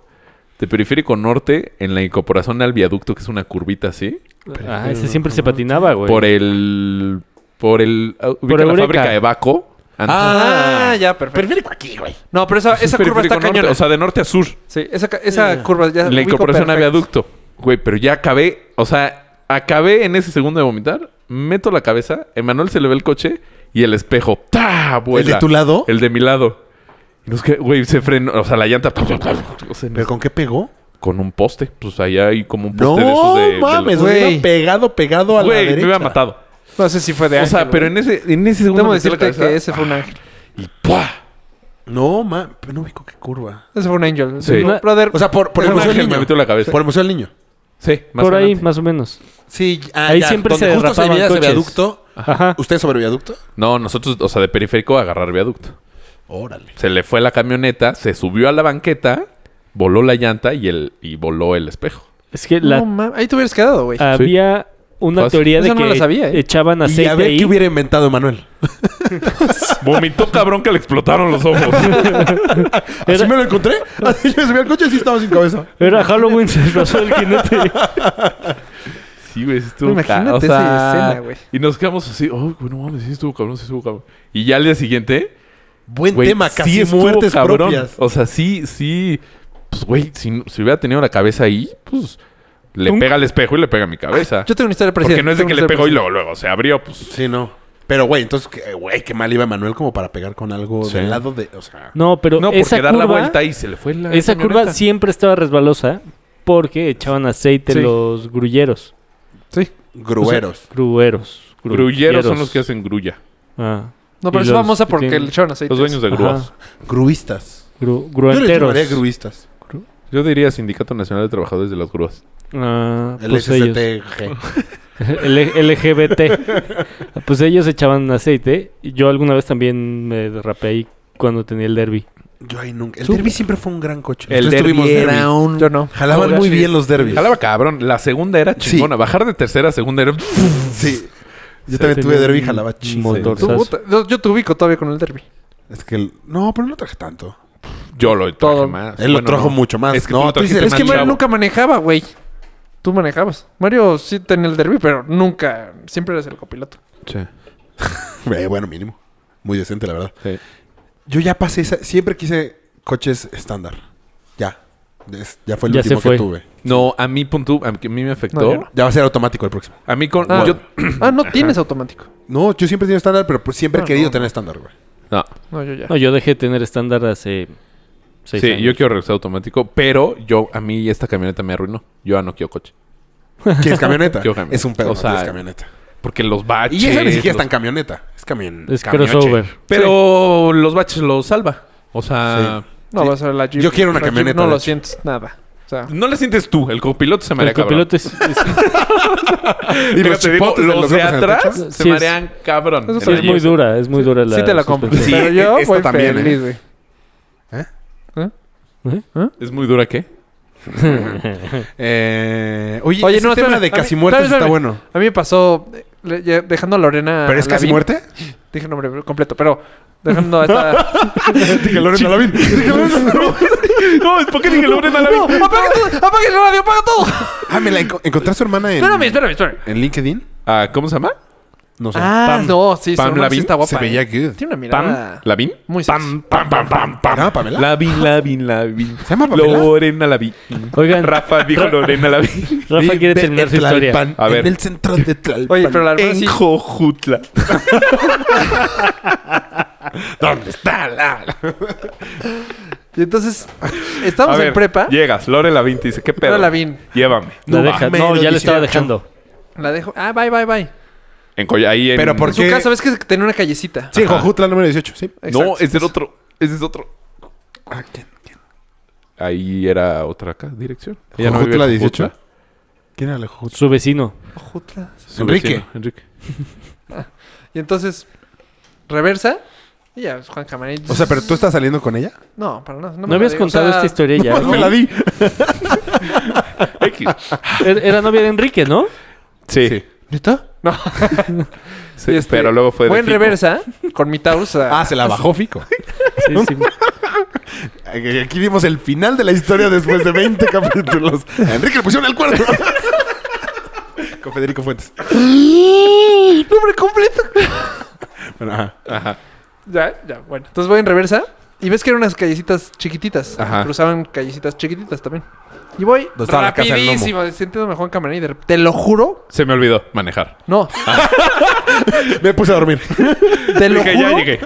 E: De periférico norte, en la incorporación al viaducto, que es una curvita así.
F: Ah, ese siempre se patinaba, güey.
E: Por el. Por el. ah, ubica la
F: Eureka.
E: fábrica de Baco. Antes-
A: Ah, ya, perfecto.
D: Periférico aquí, güey.
A: No, pero esa,
E: Es
A: esa curva
E: periférico
A: está
E: norte,
A: cañona.
E: O sea, de norte a sur.
A: sí, esa, ca- esa curva ya.
E: la
A: ubico
E: incorporación a
A: perfecto.
E: viaducto. Güey, pero ya acabé. O sea, acabé en ese segundo de vomitar. Meto la cabeza. Emanuel se le ve el coche y el espejo. ¡Ta! Vuela.
D: ¿El de tu lado?
E: El de mi lado. Y nos que- güey, se frenó. O sea, la llanta. o sea,
D: ¿Pero con qué pegó?
E: con un poste. Pues allá hay como un poste de esos de. de-
D: mames,
A: güey.
D: güey. Pegado, pegado a la
E: Güey,
D: derecha.
E: me hubiera matado.
A: No sé si fue de
E: o sea,
A: ángel,
E: pero
A: güey.
E: en ese, en ese segundo.
A: Debo
E: metí la
A: decirte
E: cabeza,
A: que ese fue un ángel.
E: Y ¡pua!
D: No, mames. No ubico qué curva.
A: Ese fue un ángel.
E: Sí.
A: No, brother.
D: O sea, por, por el
E: Un
D: Museo
E: ángel
D: del
E: me
D: Niño.
E: metió la cabeza.
D: Por el Museo del Niño.
E: Sí, más
F: Por ahí,
E: adelante.
F: más o menos.
D: Sí, ah,
F: Ahí
D: ya,
F: siempre
D: donde
F: se
D: justo se
F: derrapaban
D: veía ese
F: coches.
D: viaducto.
F: Ajá.
D: ¿Usted sobre viaducto?
E: No, nosotros, o sea, de periférico a agarrar viaducto.
D: Órale.
E: Se le fue la camioneta, se subió a la banqueta, voló la llanta y, el, y voló el espejo.
F: Es que
A: no,
F: la,
A: mam- Ahí te hubieras quedado, güey.
F: había una
E: Fácil.
F: teoría de
A: Esa no
F: que
A: la sabía, ¿eh?
F: echaban
D: Y a
F: aceite
D: ver
F: ahí.
D: qué hubiera inventado Emanuel.
E: Vomitó cabrón que le explotaron los ojos.
D: Así
F: Era-
D: me lo encontré. Así yo subí al coche y sí estaba sin cabeza.
F: Era Halloween, se disfrazó del jinete.
E: sí, güey, sí estuvo
A: Imagínate
E: ca- o sea,
A: esa escena, güey.
E: Y nos quedamos así, oh, güey, no mames, sí estuvo cabrón, sí estuvo cabrón. Y ya al día siguiente,
D: Buen
E: güey,
D: tema,
E: sí
D: casi
E: estuvo
D: muertes propias.
E: O sea, sí, sí. Pues, güey, si, si hubiera tenido la cabeza ahí, pues le
F: Un-
E: pega al espejo y le pega a mi cabeza.
A: Yo tengo una historia parecida.
E: Porque no es de
A: Tengo
E: que
A: una
E: le
A: historia
E: pegó y
A: parecida.
E: luego, luego se abrió, pues.
D: Sí, no. Pero, güey, entonces, que- güey, qué mal iba Manuel como para pegar con algo
E: Sí.
D: del lado de. O sea,
F: No, pero
E: No, porque
F: esa
E: dar
F: curva,
E: la vuelta y se le fue la.
F: esa curva
E: camioneta.
F: siempre estaba resbalosa porque echaban aceite
A: Sí.
F: los grulleros.
D: grueros.
F: Grueros.
E: Grulleros son los que hacen grulla.
F: Ah,
A: No, pero
F: Y
A: es
F: los
A: famosa
F: que
A: porque
F: tienen-
A: le echaron aceite.
E: Los dueños de grúas.
F: Ajá.
D: Gruistas.
F: gru-
D: Yo les
F: gruenteros.
D: llamaría gruistas.
E: Yo diría Sindicato Nacional de Trabajadores de las Grúas.
F: Ah,
D: El
F: pues ellos.
D: SSTG.
F: El LGBT. pues ellos echaban aceite. Yo alguna vez también me derrapé ahí cuando tenía el derby.
D: Yo ahí nunca. El
A: Supe.
D: derby siempre fue un gran coche.
E: El
D: Nosotros
E: derbi
D: tuvimos
E: era
D: derbi.
A: un... Yo no.
D: Jalaban
A: Ahora
D: muy
A: sí.
D: bien los derbis.
E: Jalaba cabrón. La segunda era
D: Sí.
E: chingona. Bajar de tercera a segunda era...
D: Sí. Yo también tuve
F: Tenía
D: derby y
F: un
D: jalaba
F: motor.
D: chingón.
A: Tú, puta, yo- Yo te ubico todavía con el derby.
D: Es que. el- No, pero no traje tanto.
E: Yo lo traje
A: Todo.
E: más.
D: Él lo
E: Bueno,
D: trajo
E: no.
D: mucho más.
E: Es que
D: no,
E: tú lo trajiste
A: Es
E: más
A: que
E: chavo.
A: Mario nunca manejaba, güey. Tú manejabas. Mario sí tenía el derby, pero nunca. Siempre eres el copiloto.
E: Sí.
D: Eh, bueno, mínimo. Muy decente, la verdad.
E: Sí.
D: Yo ya pasé esa. Siempre quise coches estándar. Ya. Es- ya fue el
F: Ya se
D: último
F: fue.
D: que tuve.
E: No, a mí, punto, a mí a mí me afectó.
A: No, yo no.
D: Ya va a ser automático el próximo.
E: A mí con...
A: Ah,
E: yo-
A: ah, no tienes automático.
D: No, yo siempre he tenido estándar, pero pues siempre he
A: No,
D: querido
A: Ah, no,
D: tener estándar, güey.
E: No.
A: No, yo ya.
F: No, yo dejé de tener estándar hace seis
E: Sí,
F: años.
E: yo quiero regresar automático, pero yo a mí esta camioneta me arruinó. Yo ya no quiero coche.
D: ¿Quieres camioneta?
E: Quiero camioneta.
D: Es un pedo,
E: O
D: o
E: sea, pues.
D: camioneta.
E: Porque los baches.
D: Y esa ni siquiera es
E: los-
D: tan camioneta. Es camión.
F: Es
D: camioche.
F: crossover.
E: Pero los baches los salva. O sea,
A: No
D: Sí.
A: va a ser la Jeep.
D: Yo quiero una
A: La Jeep
D: camioneta,
A: No
D: de
A: lo
D: hecho.
A: sientes nada. O sea,
E: no le sientes tú. El copiloto se marea
F: El
E: cabrón.
F: copiloto es, es-
D: Y
E: Pero
D: los
E: te digo,
D: chipotes de
E: los
D: los
E: de
D: ojos en el
E: atrás
F: techo.
E: se
F: Sí, es-
E: marean cabrón.
A: Eso
E: En
F: es
E: la
F: muy
E: Jeep.
F: dura, es muy dura la
A: sí te la compro.
F: suspensión.
D: Sí,
A: pero yo
D: esta
A: voy
D: también, ¿eh?
A: feliz, güey.
E: ¿Es muy dura qué?
D: Eh, oye,
A: Oye,
D: ese
A: no,
D: tema
A: espérame,
D: de
A: a mí-
D: casi muertes
A: espérame,
D: está
A: espérame.
D: bueno.
A: A mí me pasó eh, le- ya dejando a Lorena.
D: ¿Pero
E: Ah,
D: es casi
A: Lavín.
D: muerte?
A: Dije nombre completo, pero dejando a esta.
D: Dije Lorena Lavín. Dije Lorena Lavín.
E: No, es porque dije Lorena Lavín.
A: ¡Apaga todo! ¡Apaga el radio! ¡Apaga todo!
D: Ah, me la enco- encontré a su hermana en,
A: espérame, espérame, espérame.
D: en LinkedIn.
E: Ah, ¿Cómo se llama?
D: No sé.
A: Ah, no, sí, su
E: Pam
A: hermana sí
E: Lavín
A: está guapa.
D: se veía
A: eh.
D: good.
A: Tiene una mirada.
E: ¿Lavín?
A: Muy sexy.
D: Pam, pam, pam, pam. ¿Se llama Pamela?
E: Lavín, Lavín, Lavín.
D: ¿Se llama Pamela?
E: Lorena Lavín.
F: Oigan,
E: Rafa dijo Lorena Lavín.
F: Rafa quiere
D: Vive
F: terminar
D: en
F: su historia.
D: Tlalpan,
E: A ver.
D: En el centro de Tlalpan. Eh,
A: Oye, pero la hermana sí.
E: En Jojutla.
D: ¿Dónde está la...?
A: Y entonces,
E: A
A: estamos
E: ver,
A: en prepa.
E: Llegas, Lore Lavín te dice, ¿qué pedo?
A: Lore Lavín.
E: Llévame.
F: La
D: No,
F: deja-
D: mames,
F: no, ya le
D: 18.
F: estaba dejando.
A: La dejo. Ah, bye, bye, bye.
E: En Coy- ahí en...
D: Pero por
A: En su
D: ¿Qué?
A: casa, ves que tenía una callecita.
D: Sí, en
E: Ajá.
D: Jojutla número 18, sí.
E: No,
A: Exacto.
E: es del otro. Ese es otro. Ahí era otra acá, dirección. Ella no
D: ¿Jojutla
E: vive en
D: 18?
E: Jojutla.
D: ¿Quién era el Jojutla?
F: Su vecino.
A: Ojutla.
E: Su
D: Enrique.
E: vecino, Enrique.
A: Y entonces, reversa. Y ya, pues, Juan Camarena.
D: O sea, ¿pero tú estás saliendo con ella?
A: No, para nada. No,
F: ¿No,
A: me la
F: habías
A: di, o
F: contado
A: sea,
F: esta historia ya?
D: me la di.
E: X.
F: Era era novia de Enrique, ¿no?
E: Sí.
A: ¿Neta? No.
E: Sí,
A: Y este,
E: pero luego fue de
A: Buen
E: Fico.
A: reversa con mi Taurus.
D: Ah, se la bajó Fico.
F: Sí, sí.
D: Aquí vimos el final de la historia después de 20 capítulos. A Enrique le pusieron el cuerno. Con Federico Fuentes.
A: Nombre completo.
D: Bueno, ajá.
E: Ajá.
A: Ya, ya, bueno. Entonces voy en reversa y ves que eran unas callecitas chiquititas.
E: Ajá.
A: Cruzaban callecitas chiquititas también. Y voy
D: ¿Dónde estaba la casa del
A: rapidísimo, sintiéndome Juan Camarena y de rep- te lo juro,
E: Se me olvidó manejar.
A: no,
D: Me puse a dormir.
A: te lo
E: Dije, ya
A: juro
E: llegué.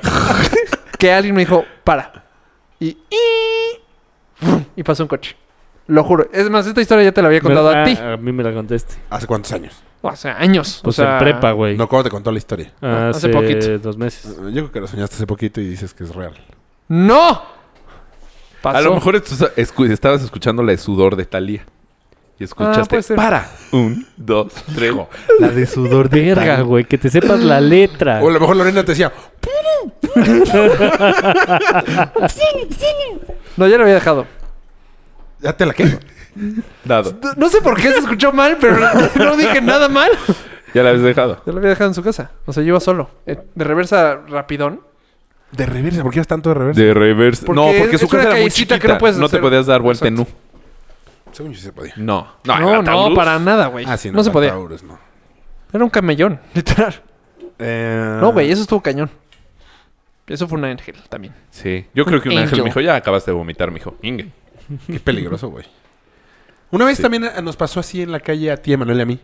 A: que alguien me dijo, para. Y, y, y pasó un coche. Lo juro. Es más, esta historia ya te la había contado
F: Ah,
A: a ti.
F: A mí me la contaste.
D: ¿Hace cuántos años?
A: Hace años.
F: Pues
A: o sea,
F: en prepa, güey.
D: No, ¿cuándo te contó la historia?
A: hace
F: hace
A: poquito.
F: dos meses.
D: Yo creo que lo soñaste hace poquito y dices que es real.
A: ¡No! Pasó.
E: A lo mejor esto- escu- estabas escuchando la de sudor de Talía. Y
A: Ah,
E: escuchaste.
A: puede ser.
E: para. Un, dos, tres.
F: La de sudor verga, güey. Que te sepas la letra.
D: O a lo mejor Lorena te decía,
A: No, ya lo había dejado.
D: ya te la quedo.
E: Dado.
A: No- No sé por qué se escuchó mal, pero no dije nada mal.
E: Ya la habías dejado.
A: Ya lo había dejado en su casa. O sea, yo iba solo. Eh, De reversa rapidón.
D: De reversa, ¿por qué ibas tanto de reversa?
E: De reverse.
A: Porque
E: no, porque
A: es
E: su
A: una
E: casa era muy
A: callecita
E: chiquita.
A: que no
E: no,
A: puedes
E: te
A: hacer.
E: podías dar vuelta en U.
D: Según yo sí se podía.
E: No.
A: No,
E: era Ah, tan
A: no,
E: luz.
A: para nada, güey. no, se
D: la
A: podía.
D: Taurus, no.
A: Era un camellón, literal.
D: Eh,
A: No,
E: Ah.
A: güey, eso estuvo cañón. Eso fue un ángel también.
E: Sí. Yo creo que un ángel
A: Angel.
E: me dijo, ya acabaste de vomitar, mijo. Inge.
D: Qué peligroso, güey. Una vez también eh, nos pasó así en la calle a ti, Emanuel y a mí.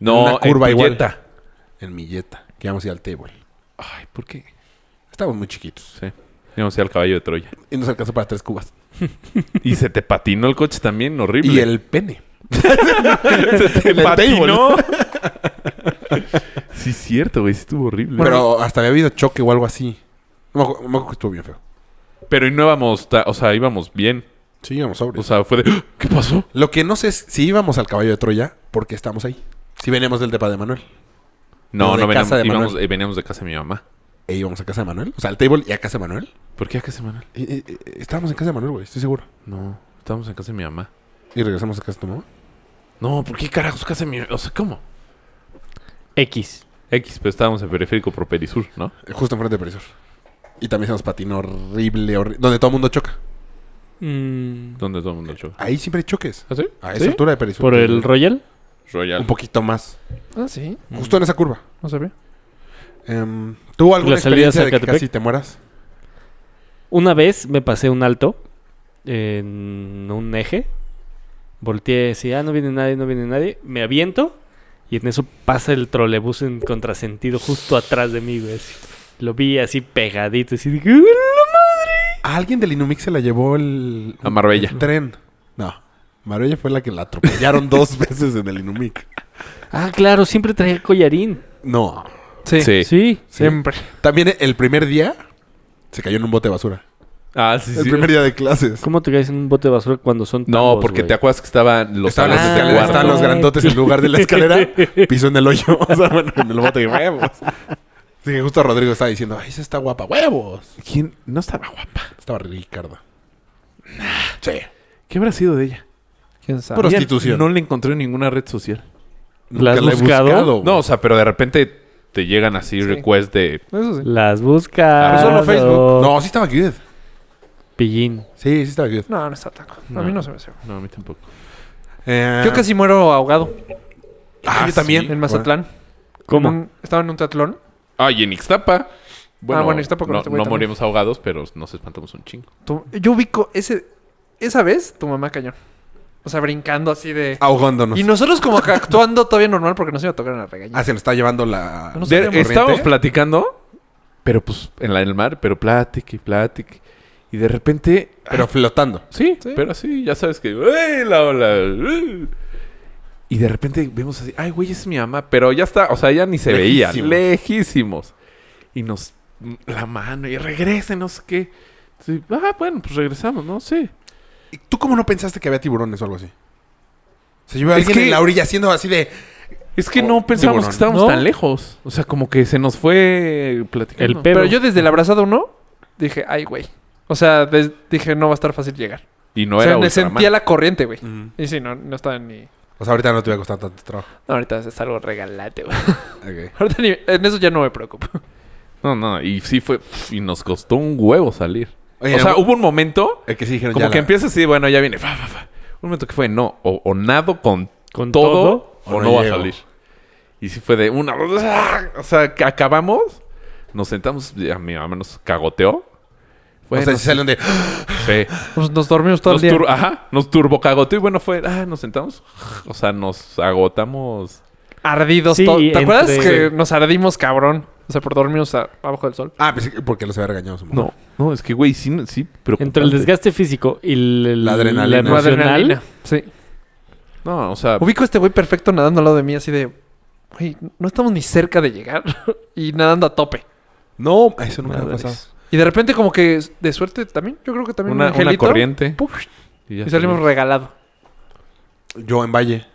E: No,
D: Una curva
E: en tu
D: igual.
E: Jetta.
D: En Milleta. Que íbamos a ir al table.
E: Ay, ¿por qué?
D: Estábamos muy chiquitos.
E: Sí. Íbamos a ir al caballo de Troya.
D: Y nos alcanzó para tres cubas.
E: Y se te patinó el coche también, horrible.
D: Y el pene.
E: se
D: el
E: te patinó.
D: table.
E: sí, cierto, güey. Sí estuvo horrible.
D: Pero hasta había habido choque o algo así. No me acu- me acuerdo que estuvo bien feo.
E: Pero y no íbamos, ta- o sea, íbamos bien.
D: Sí, íbamos
E: O
D: sobrios.
E: sea, fue de, ¡Ah! ¿qué pasó?
D: Pues, Lo que no sé es si íbamos al caballo de Troya porque estábamos ahí. Si veníamos del depa de Manuel.
E: No,
D: de
E: no veníamos,
D: casa de
E: íbamos-
D: Manuel.
E: eh, veníamos de casa de mi mamá.
D: E íbamos a casa de Manuel. O sea, al table y a casa de Manuel.
E: ¿Por qué a casa de Manuel?
D: Eh, eh, eh, estábamos en casa de Manuel, güey. Estoy seguro.
E: No, estábamos en casa de mi mamá.
D: Y regresamos a casa de tu mamá.
E: No, ¿por qué carajos casa de mi O sea, ¿cómo?
F: X.
E: X, pero estábamos en periférico por Perisur, ¿no?
D: Eh, Justo enfrente de Perisur. Y también se nos patinó horrible, horrible. Donde todo el mundo choca.
F: Mm,
E: Donde todo el mundo choca.
D: Ahí siempre hay choques.
E: ¿Ah, sí?
D: A esa
F: ¿Sí?
D: altura de Perisur.
F: ¿Por el Royal?
E: Royal.
D: Un poquito más.
A: Ah, sí.
E: Mm.
D: Justo en esa curva.
A: No sabía.
D: Em, ¿Tuvo alguna
F: ¿La salida
D: experiencia de que
F: Zacatepec?
D: casi te mueras?
F: Una vez me pasé un alto en un eje. Volteé, decía, ah, no viene nadie, no viene nadie. Me aviento Y en eso pasa el trolebús en contrasentido justo atrás de mí, güey. así. Lo vi así pegadito, así dije, "¡Ah, la madre!
D: ¿A alguien del Inumix se la llevó el...
E: A Marbella.
D: el tren. No. Marbella fue la que la atropellaron dos veces en el Inumic.
F: Ah, claro, siempre traía collarín.
D: No.
A: Sí,
E: Sí.
F: Sí.
A: siempre.
D: También el primer día se cayó en un bote de basura.
E: Ah, sí,
D: el
E: sí.
D: primer día de clases.
F: ¿Cómo te caes en un bote de basura cuando son
E: No,
F: tambos,
E: porque
F: güey?
E: te acuerdas que estaban los
D: Estaban,
E: salones
D: las
E: de
A: Ah,
E: cuarto.
D: estaban los
A: Ay,
D: grandotes en lugar de la escalera, pisó en el hoyo. O sea, bueno, en el bote de huevos. Sí, que justo Rodrigo estaba diciendo, ay, esa está guapa. ¡Huevos!
E: ¿Quién? No estaba guapa.
D: Estaba Ricardo. Sí.
E: ¿Qué habrá sido de ella?
A: ¿Quién sabe?
D: Pero- Prostitución.
E: No le encontré en ninguna red social.
F: ¿La has
D: Nunca he
F: buscado?
D: buscado,
E: No,
D: güey.
E: o sea, pero de repente te llegan así requests de...
A: Eso sí.
F: Las buscas.
D: Pero Ah, solo Facebook. No, sí estaba cute.
F: Pillín.
D: Sí, sí estaba cute.
A: No, no está tan.
E: No.
A: A mí no se me hace.
E: No, a mí tampoco.
D: Eh,
A: Yo casi muero ahogado
D: Ah, yo también.
A: en Mazatlán.
F: ¿Cómo?
D: Mm,
A: En un- estaba en un teatlón.
E: Ay, en Ixtapa.
A: bueno, Ixtapa con
E: no,
A: este güey
E: no
A: también.
E: morimos ahogados, pero nos espantamos un chingo.
A: Tu- yo ubico ese, esa vez tu mamá cañón. O sea, brincando así de.
D: Ah, Ahogándonos.
A: Y nosotros como que actuando todavía normal porque nos iba a tocar una regaña.
D: Ah, se lo está llevando la...
A: No
E: De-
A: sabía
D: corriente.
E: estábamos platicando, pero pues en, la, en el mar, pero plática y plática. Y de repente,
D: Pero flotando.
E: sí,
A: Sí.
E: pero así, ya sabes que, ¡Ey, la ola! ¡Ey! Y de repente vemos así, ay, güey, es mi mamá, pero ya está, o sea, ya ni se veía,
D: Lejísimos.
E: lejísimos. Y nos, la mano, y regresen, no sé qué. Sí, ah, bueno, pues regresamos, no sé.
D: ¿Y ¿Tú cómo no pensaste que había tiburones o algo así? Se llevó a
E: Es
D: alguien
E: que-
D: en la orilla haciendo así de...
E: Es que
D: Oh,
E: no pensamos
D: tiburón.
E: que estábamos
A: ¿No?
E: tan lejos. O sea, como que se nos fue platicando.
F: El
A: Pero,
F: pedo.
A: yo desde el abrazado uno dije, ay, güey. O sea, des- dije, no va a estar fácil llegar.
E: Y no
A: o
E: era
A: sea, me
E: Ultraman.
A: sentía la corriente, güey.
D: Ujú.
A: Y sí, no, no estaba ni.
D: O sea, ahorita no te voy a costar tanto trabajo.
A: No, ahorita es algo regalate, güey.
D: Ok.
A: Ahorita ni- en eso ya no me preocupo.
E: No, no, y sí fue. Y nos costó un huevo salir.
D: Oye,
E: o sea,
D: algo-
E: hubo un momento
D: El que sí dijeron
E: como
D: ya
E: que
D: la-
E: empieza así, bueno, ya viene. fa, fa, fa. Un momento que fue, no, o, o nado con,
F: ¿Con
E: todo,
F: todo?
E: o
D: O
E: no
D: no
E: va a
D: llego.
E: salir. Y sí fue de una. O sea, que acabamos, nos sentamos, ya mi mamá nos cagoteó. Fue,
D: O sea,
E: no
D: se
E: sé,
D: salen de...
E: sí.
A: Nos, Pues nos dormimos todo
E: Nos
A: el día.
E: tur- ah. ajá, nos turbocagoteó y bueno, fue, ah, nos sentamos. O sea, nos agotamos.
A: Ardidos
F: Sí,
A: todo. ¿Te
F: entre-
A: acuerdas que
F: Sí.
A: nos ardimos, cabrón? O sea, por dormirnos a- abajo del sol.
D: Ah, pensé que porque los había regañado su mamá.
E: No, no, es que güey, sí, sí, pero.
F: Entre el desgaste físico y el-
D: La adrenalina.
F: la
D: La
F: emocional,
A: Adrenalina. Sí.
E: No, o sea,
A: Ubico a este güey perfecto nadando al lado de mí, así de. Güey, no estamos ni cerca de llegar. y nadando a tope.
D: No, eso nunca me ha
E: Madres.
D: pasado.
A: Y de repente, como que de suerte también, yo creo que también.
E: una,
A: un
E: una
A: angelito,
E: corriente.
A: ¡puf!
E: ya
A: Y salimos regalado.
D: Yo en Valle.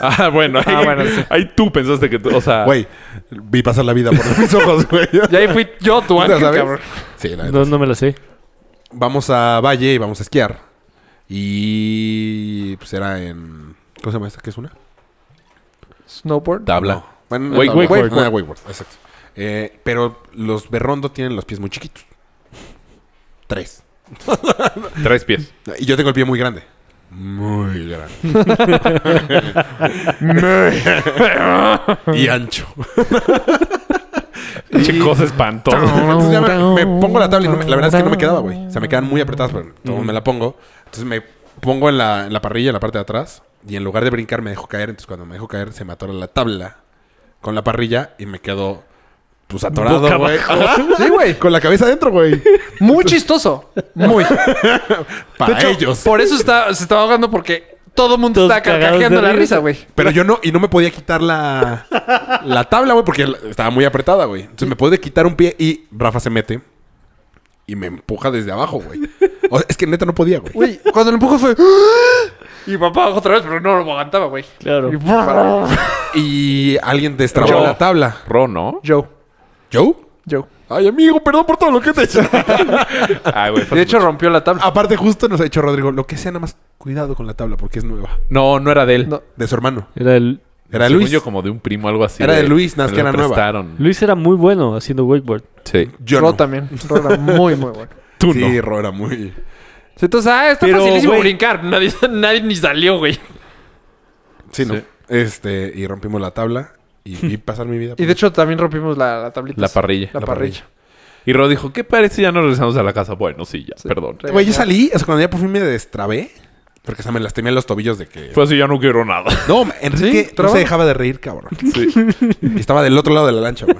E: Ah, bueno.
A: Ah,
E: ahí,
A: bueno, sí.
E: ahí tú pensaste que tú, o sea...
D: Güey, vi pasar la vida por mis ojos, güey.
A: Y ahí fui yo, tu
D: ¿Ya
A: ángel,
D: sabes?
A: cabrón.
D: Sí, la
F: No,
D: verdad.
F: no me la sé.
D: Vamos a Valle y vamos a esquiar. Y... Pues era en... ¿Cómo se llama esta? ¿Qué es una?
A: Snowboard.
E: Tabla.
D: No. Bueno,
E: Wake-
D: no, no,
E: wakeboard.
D: no, no, wakeboard, exacto. Eh, pero los Berrondo tienen los pies muy chiquitos. Tres.
E: Tres pies.
D: Y yo tengo el pie muy grande. Muy grande. y ancho.
E: Che, cosa espantosa.
D: Entonces ya me, me pongo la tabla y no me- la verdad es que no me quedaba, güey. O sea, me quedan muy apretadas, pero no me la pongo. Entonces me pongo en la, en la parrilla, en la parte de atrás. Y en lugar de brincar, me dejo caer. Entonces cuando me dejo caer, se me atora la tabla con la parrilla y me quedo, pues, atorado,
E: Boca
D: güey.
A: Sí, güey.
D: Con la cabeza adentro, güey.
A: Muy chistoso. Muy.
D: Para
A: De hecho,
D: ellos.
A: Por eso está, se estaba ahogando porque todo el mundo
F: Todos
A: está carcajeando
F: cagados de
A: la
F: risa.
A: risa, güey.
D: Pero yo no, y no me podía quitar la, la tabla, güey, porque la- estaba muy apretada, güey. Entonces me puede quitar un pie y Rafa se mete y me empuja desde abajo, güey. O sea, es que neta no podía, güey.
A: Güey, cuando lo empujo fue. "¡Ah!". Y papá otra vez, pero no lo aguantaba, güey.
F: Claro.
D: Y alguien destrabó
E: Yo.
D: la tabla.
E: Ro, ¿no?
A: Joe,
D: ¿Joe?
A: Joe.
D: Ay, amigo, perdón por todo lo que te he hecho.
E: Ah, güey. fue-
A: De hecho, rompió la tabla.
D: Aparte, justo nos ha dicho Rodrigo, lo que sea, nada más cuidado con la tabla porque es nueva.
E: No, no era de él.
A: No.
D: De su hermano.
F: Era el...
D: Era de
E: Según
D: Luis.
E: yo como de un primo, algo así.
D: Era de Luis, nada más
E: me
D: que
E: lo
D: era nueva.
E: prestaron.
F: Luis era muy bueno haciendo wakeboard.
E: Sí.
D: Yo
A: Ro
D: no.
A: también. Ro era muy, muy bueno.
E: Tú
D: sí,
E: no.
D: Ro era muy...
A: Sí, Entonces, ah, está
F: Pero,
A: facilísimo
F: güey.
A: brincar. Nadie, nadie ni salió, güey.
D: Sí, no.
E: Sí.
D: Este, y rompimos la tabla y vi pasar mi vida.
A: Y de hecho, también rompimos la, la tablita.
E: La parrilla.
A: La,
D: La
A: parrilla.
E: Y Ro dijo, ¿qué parece? Ya no regresamos a la casa. Bueno, sí, ya. Perdón.
A: Sí.
D: Güey, yo salí, o sea, cuando ya por fin me destrabé, Porque se me lastimé los tobillos de que.
E: Fue así, ya no quiero nada.
D: No, Enrique
A: Sí,
D: no
A: trabaja.
D: se dejaba de reír, cabrón. Y estaba del otro lado de la lancha, güey.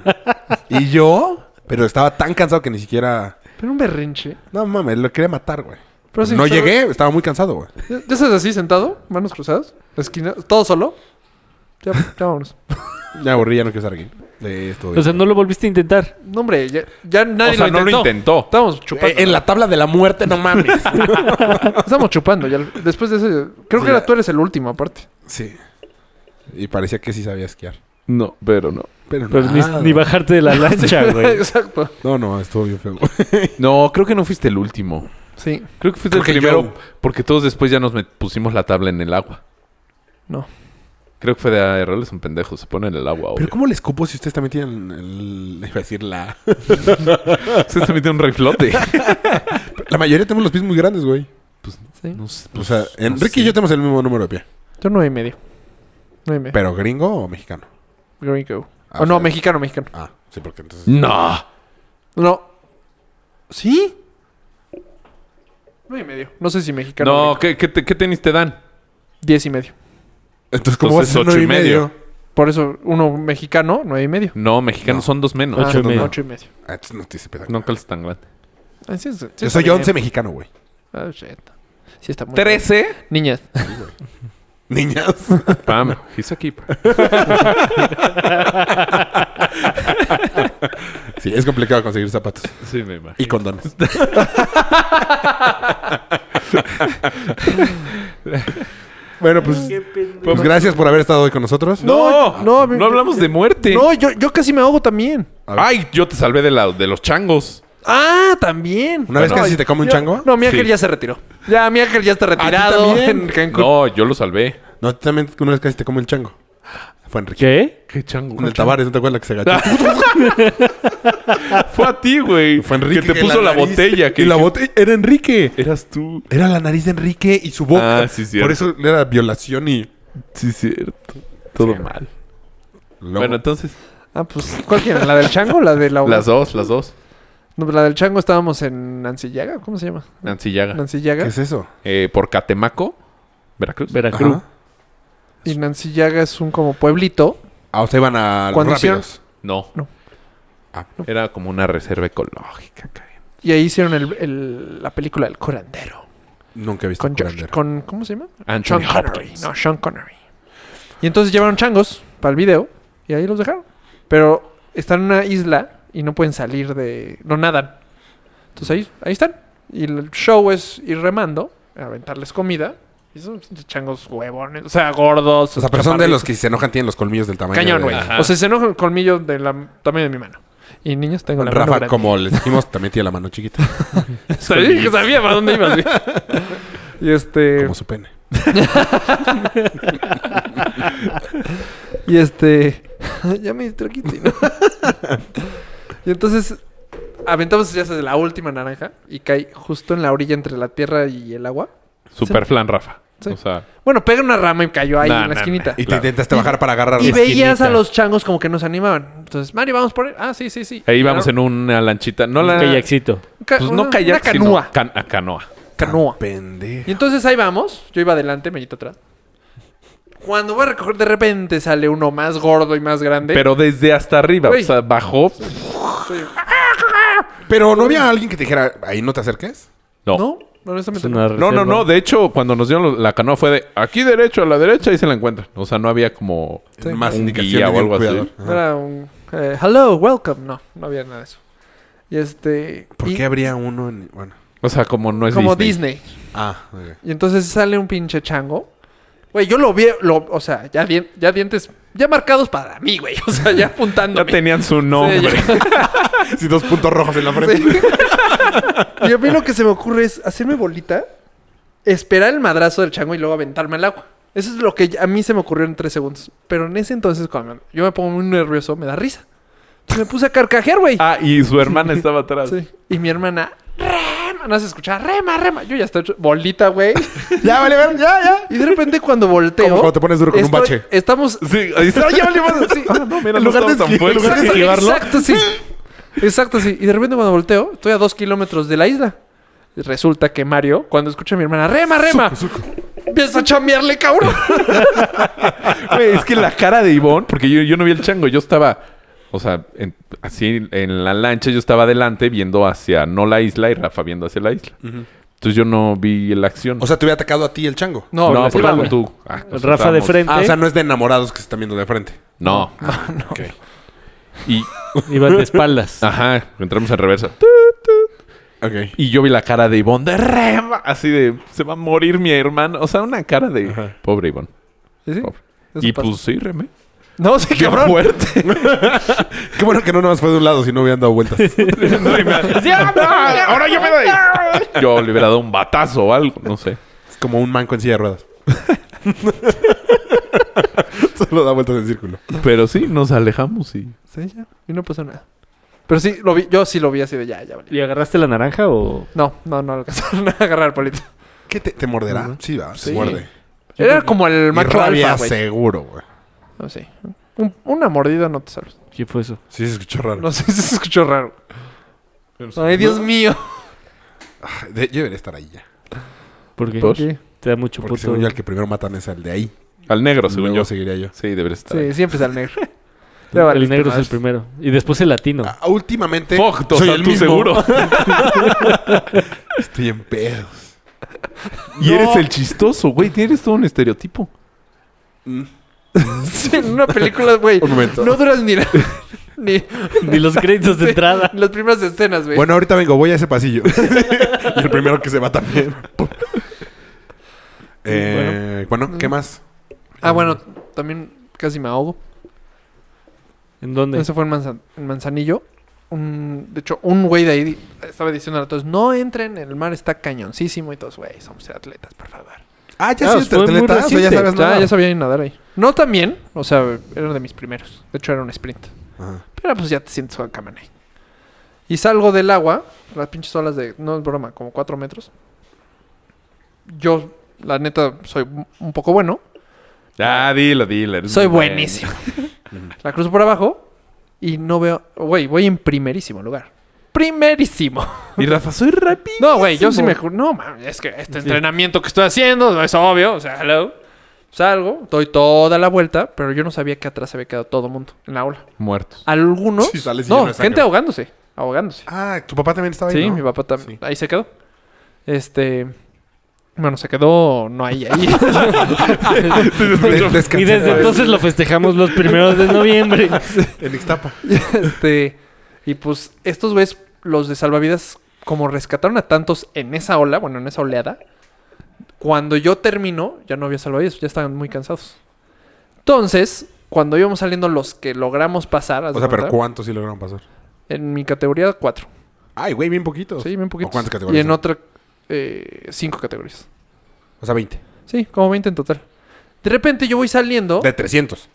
D: Y yo, pero estaba tan cansado que ni siquiera.
A: Pero un berrinche.
D: No mames, lo quería matar, güey.
A: Pero sin
D: no
A: saber-
D: llegué, estaba muy cansado, güey.
A: ¿Ya ya estás así, sentado? Manos cruzadas. Esquina. Todo solo. Ya, ya vámonos.
D: Ya aburrí, ya no quiero estar aquí. De esto. de-
F: O sea, no lo volviste a intentar.
A: No, hombre. Ya, ya nadie
E: o sea,
A: lo
E: no
A: intentó.
E: lo intentó.
A: Estábamos chupando.
D: Eh, en la tabla de la muerte, no mames.
A: Estábamos chupando. Ya, después de ese... Creo que
D: Sí,
A: era,
D: ya.
A: tú eres el último, aparte.
D: sí. Y parecía que sí sabía esquiar.
E: No, pero no.
D: Pero,
F: Pero ni,
D: nada.
F: ni bajarte de la lancha, güey.
A: Exacto.
D: No, no, estuvo bien feo.
E: No, creo que no fuiste el último.
A: Sí.
E: Creo que fuiste
D: Creo
E: el
D: que
E: primero
D: yo.
E: porque todos después ya nos met- pusimos la tabla en el agua.
A: No.
E: Creo que fue de ARL, es un pendejo, se pone en el agua.
D: Pero
E: Obvio.
D: ¿cómo les cupo si ustedes también tienen el... Iba a decir la...
E: Se te metió un riflote.
D: La mayoría tenemos los pies muy grandes, güey.
A: Sí.
E: No sé,
D: O sea,
E: pues, no
D: Enrique
E: sé.
D: y yo tenemos el mismo número de pie.
A: Yo nueve y medio. Nueve y medio.
D: ¿Pero gringo o mexicano?
A: Gringo.
D: Ah,
A: o no,
D: sí.
A: mexicano, mexicano.
D: Ah, sí, porque entonces...
E: No.
A: No. ¿Sí? Nueve y medio. No sé si mexicano. o
E: No,
A: gringo.
E: ¿qué, qué, te- qué tenis te dan?
A: Diez y medio.
D: Entonces, ¿cómo
E: Entonces,
D: vas a ser
E: ocho
D: nueve
E: y medio?
A: Por eso, uno mexicano, nueve y medio.
E: No, mexicanos
D: No.
E: son dos menos.
F: Ocho y
A: no, Ah.
F: medio.
A: Ocho y medio.
D: Ah, entonces no te hice pedazo.
E: No calzas tan grande.
A: Ah, sí, sí, sí
D: Yo
A: está
D: soy
A: bien.
D: 11 mexicano, güey.
A: Ah, shit. Sí está muy bien.
E: ¿Trece?
A: Niñas.
D: Niñas.
E: Pam, he's a keeper.
D: sí, es complicado conseguir zapatos.
E: Sí, me imagino.
D: Y condones. bueno, pues... Pues gracias por haber estado hoy con nosotros.
E: No,
A: no,
E: no,
A: a mí-
E: no hablamos de muerte.
A: No, yo, yo casi me ahogo también.
E: Ay, yo te salvé de, la, de los changos.
A: Ah, también.
D: Una vez
E: Bueno.
D: casi te come un
A: Yo-
D: chango.
A: No, mi ángel
E: Sí.
A: ya se retiró. Ya, mi ángel ya está retirado
D: también?
A: en Cancún.
E: No, yo lo salvé.
D: No, tú también una vez casi te come el chango. Fue Enrique.
F: ¿Qué?
E: ¿Qué chango?
D: Con el Tavares, ¿no te acuerdas que se agachó?
E: Fue a ti, güey.
D: Fue Enrique.
E: Que te puso la,
D: nariz-
E: botella. Que
D: y la botella. Era Enrique.
E: Eras tú.
D: Era la nariz de Enrique y su boca.
E: Ah, sí, cierto.
D: Por eso era violación y.
E: Sí, cierto. Todo mal.
D: Luego-
E: Bueno, entonces,
A: Ah, pues, ¿cuál quieren? ¿La del chango o la de la
E: las dos, las dos.
A: No, la del chango estábamos en Nancillaga. ¿Cómo se llama?
E: Nancy Llaga.
A: Nancillaga.
D: ¿Qué es eso?
E: Eh, por Catemaco, Veracruz.
F: Veracruz.
D: Ajá.
A: Y Nancillaga es un como pueblito.
D: Ah, o sea, iban a los
A: Cuando
D: rápidos.
E: no.
A: No.
E: Ah, Era como una reserva ecológica. cabrón.
A: Y ahí hicieron el, el- la película El Curandero.
D: Nunca he visto
A: Con
D: un
A: George.
D: curandero.
A: Con, ¿Cómo se llama?
E: Anthony
A: Sean Connery.
E: Hopkins.
A: No, Sean Connery. Y entonces llevaron changos para el video. Y ahí los dejaron. Pero están en una isla y no pueden salir de... No nadan. Entonces ahí, ahí están. Y el show es ir remando, aventarles comida. Y son pinches changos huevones. O sea, gordos.
D: O sea, pero son de los
A: chaparritos.
D: que si se enojan tienen los colmillos del tamaño.
A: Cañón,
D: de-
A: güey.
E: Ajá.
A: O sea, se enoja el colmillo de la, tamaño de mi mano. Y niños, tengo la mano
D: Rafa,
A: grande.
D: como les dijimos, también tiene la mano chiquita.
A: Sabía, que sabía para dónde ibas. güey. y este...
D: como su pene.
A: Y este... ya me distraquiste, ¿no? y entonces... Aventamos ya sabes, la última naranja y cae justo en la orilla entre la tierra y el agua.
E: Super flan, Rafa.
A: Sí.
E: O sea,
A: Bueno, pega una rama y cayó ahí
E: Nah,
A: en la
E: nah,
A: esquinita.
D: Y te
E: Claro.
D: intentaste bajar para agarrar
A: Y
D: la
A: veías
D: esquinita. Ah,
A: a los changos como que nos animaban. Entonces, Mari, vamos por él. Ah, sí, sí, sí.
E: ahí vamos en una lanchita. No la.
F: Un kayakcito.
A: Un ca-
E: Pues
A: una-
E: no kayak,
A: Una
E: sino
A: canoa.
E: can- a canoa.
A: canoa.
D: Pendejo.
A: Y entonces ahí vamos. Yo iba adelante, Mellito atrás. Cuando voy a recoger, de repente sale uno más gordo y más grande.
E: Pero desde hasta arriba.
A: Güey.
E: O sea, bajó.
D: Pero no había alguien que te dijera, ahí no te acerques.
E: No. No,
A: No, no,
F: Es
A: honestamente no.
F: una
E: no, no,
F: reserva.
E: De hecho, cuando nos dieron lo- la canoa fue de aquí derecho, a la derecha, ahí se la encuentran. O sea, no había como.
D: Más
E: Un
D: indicación de
E: guía o
D: un
E: algo así.
D: cuidador.
A: No Era un... eh, hello, welcome. No, no había nada de eso. Y este...
D: ¿Por
A: y-
D: qué habría uno en... Bueno.
E: O sea, como no es
A: Como Disney.
D: Ah, ok.
A: Y entonces sale un pinche chango. Güey, yo lo vi... Lo, o sea, ya, dien- ya dientes... Ya marcados para mí, güey. O sea, ya apuntando.
E: Ya tenían su nombre.
D: Sí, dos puntos rojos en la frente.
A: Sí. y a mí lo que se me ocurre es hacerme bolita, esperar el madrazo del chango y luego aventarme al agua. Eso es lo que a mí se me ocurrió en tres segundos. Pero en ese entonces, cuando yo me pongo muy nervioso, me da risa. Me puse a carcajear, güey.
E: Ah, y su hermana estaba atrás.
A: Sí. Y mi hermana, rema, no se escuchaba, rema, rema. Yo ya estoy hecho bolita, güey.
D: Ya, vale, ver, ya, ya.
A: Y de repente cuando volteo...
D: Como cuando te pones duro con un
A: estoy-
D: bache.
A: Estamos...
E: Sí, ahí está. Ya valió madre. Sí. Ah, no, mira,
D: En
E: no
D: lugar de
E: estaba
D: esqui- en
E: fuerte.
D: lugar
A: Exacto,
D: de esquivarlo.
A: Exacto, sí. Exacto, sí. Y de repente cuando volteo, estoy a dos kilómetros de la isla. Resulta que Mario, cuando escucha a mi hermana, rema, rema, empieza a chambearle, cabrón.
E: Güey, es que la cara de Ivonne, porque yo, yo no vi el chango, yo estaba, o sea, en- así en la lancha, yo estaba adelante viendo hacia no la isla y Rafa viendo hacia la isla. Entonces yo no vi la acción.
D: O sea, te hubiera atacado a ti el chango.
E: no,
F: no,
E: porque
F: iba,
E: con
F: güey.
E: tú. ah, nos
F: Rafa de
E: estábamos-
F: frente.
D: Ah, o sea, no es de enamorados que se están viendo de frente.
E: No. Ah,
D: Ok.
E: Y,
F: Iban de
D: Ah.
F: espaldas.
E: ajá, entramos en reversa.
D: Ok.
E: Y yo vi la cara de Ivonne de rema, así de, se va a morir mi hermano. O sea, una cara de, pobre Ivonne.
A: ¿Sí? sí?
E: Pobre.
A: Eso
E: Y
A: pasa.
E: pues sí, remé.
A: No, sí,
E: ¡Qué
A: cabrón.
E: fuerte!
D: Qué bueno que no nomás fue de un lado, si no hubieran dado vueltas.
A: ¡Ah,
E: Ahora yo me doy. Yo le hubiera dado un batazo o algo, no sé.
D: Es como un manco en silla de ruedas. Solo da vueltas en círculo.
E: Pero sí, nos alejamos y.
A: Sí, ya. Y no pasó nada. Pero sí, lo vi. Yo sí lo vi así de ya, ya. valió.
F: ¿Y agarraste la naranja o...?
A: No, no, no alcanzaron a agarrar, Polito.
D: ¿Qué te, te morderá? Sí, va, se
A: Sí.
D: muerde.
A: Era como el
D: Y
A: macho
D: rabia
A: alfa, güey.
D: seguro, güey.
A: No, sí. Un- una mordida no te salvas.
F: ¿Qué fue eso?
D: Sí, se escuchó raro.
A: No sé si se escuchó raro. Ay, Dios mío.
D: Ay, Ah, de- yo debería estar ahí ya.
F: Porque
D: Pues,
E: ¿Por?
A: Sí,
F: te da mucho
D: Porque
F: puto.
D: según yo, al que primero matan es al de ahí.
E: Al negro, según
D: Luego
E: yo.
D: seguiría yo.
E: Sí, debería estar.
A: sí,
E: ahí.
A: siempre es al negro. Le
F: El
A: valiste
F: negro es el
A: madres.
F: primero. Y después el latino.
D: Ah, últimamente.
A: este,
E: Fuck, o sea, tú seguro.
D: Estoy en pedos.
E: Y eres el chistoso, güey. Tienes todo un estereotipo.
A: Sí, en una película, güey.
D: Un momento.
A: No duras ni, la- ni
F: Ni los créditos de entrada.
A: las primeras escenas, güey.
D: Bueno, ahorita vengo, voy a ese pasillo. y el primero que se va también. Eh, bueno. ¿qué más?
A: ah, bueno, también casi me ahogo.
F: ¿En dónde?
A: Eso fue en, Manza- en Manzanillo. Un- de hecho, un güey de ahí di- estaba diciendo a todos, no entren, el mar está cañoncísimo y todos, güey, somos atletas, por favor.
D: Ah, ya
F: Ah,
D: sí,
F: fue muy
D: atleta, o sea, ya
F: reciente.
D: sabes
A: Ya,
D: nada.
A: ya sabía nadar ahí. No tan bien, o sea, era de mis primeros. De hecho, era un sprint.
D: Ajá.
A: Pero pues ya te sientes a cámara ahí. Y salgo del agua, las pinches olas de, no es broma, como 4 metros. Yo, la neta, soy un- un poco bueno.
E: Ya, dilo, dilo. eres
A: Soy
E: muy bueno.
A: buenísimo. la cruzo por abajo y no veo... Güey, voy en primerísimo lugar. Primerísimo.
E: Y Rafa, soy rápido.
A: No, güey, yo sí me... ju- No, mames, es que este entrenamiento que estoy haciendo es obvio. O sea, hello. Salgo, doy toda la vuelta, pero yo no sabía que atrás se había quedado todo el mundo en la ola.
E: Muertos.
A: Algunos...
D: Sí, sales lleno
A: no,
D: de sangre.
A: gente ahogándose. Ahogándose.
D: Ah, tu papá también estaba ahí.
A: Sí,
D: ¿no?
A: mi papá también.
D: Sí.
A: Ahí se quedó. Este. Bueno, se quedó. No ahí, ahí.
D: Ah, Des- descansé
F: Y desde
D: una vez
F: entonces lo festejamos los primeros de noviembre.
D: En Ixtapa.
A: este. Y pues estos güeyes, los de salvavidas, como rescataron a tantos en esa ola, bueno, en esa oleada. Cuando yo termino, ya no había salvavidas, ya estaban muy cansados. Entonces, cuando íbamos saliendo los que logramos pasar, haz
D: O
A: de
D: sea, pero
A: cuenta,
D: ¿cuántos sí lograron pasar?
A: en mi categoría, cuatro.
D: Ay, güey, bien poquitos.
A: Sí, bien poquitos.
D: ¿O cuántas
A: Y
D: categorías?
A: en
D: son?
A: otra, eh, cinco categorías.
D: O sea, 20.
A: Sí, como 20 en total. De repente yo voy saliendo.
D: De 300.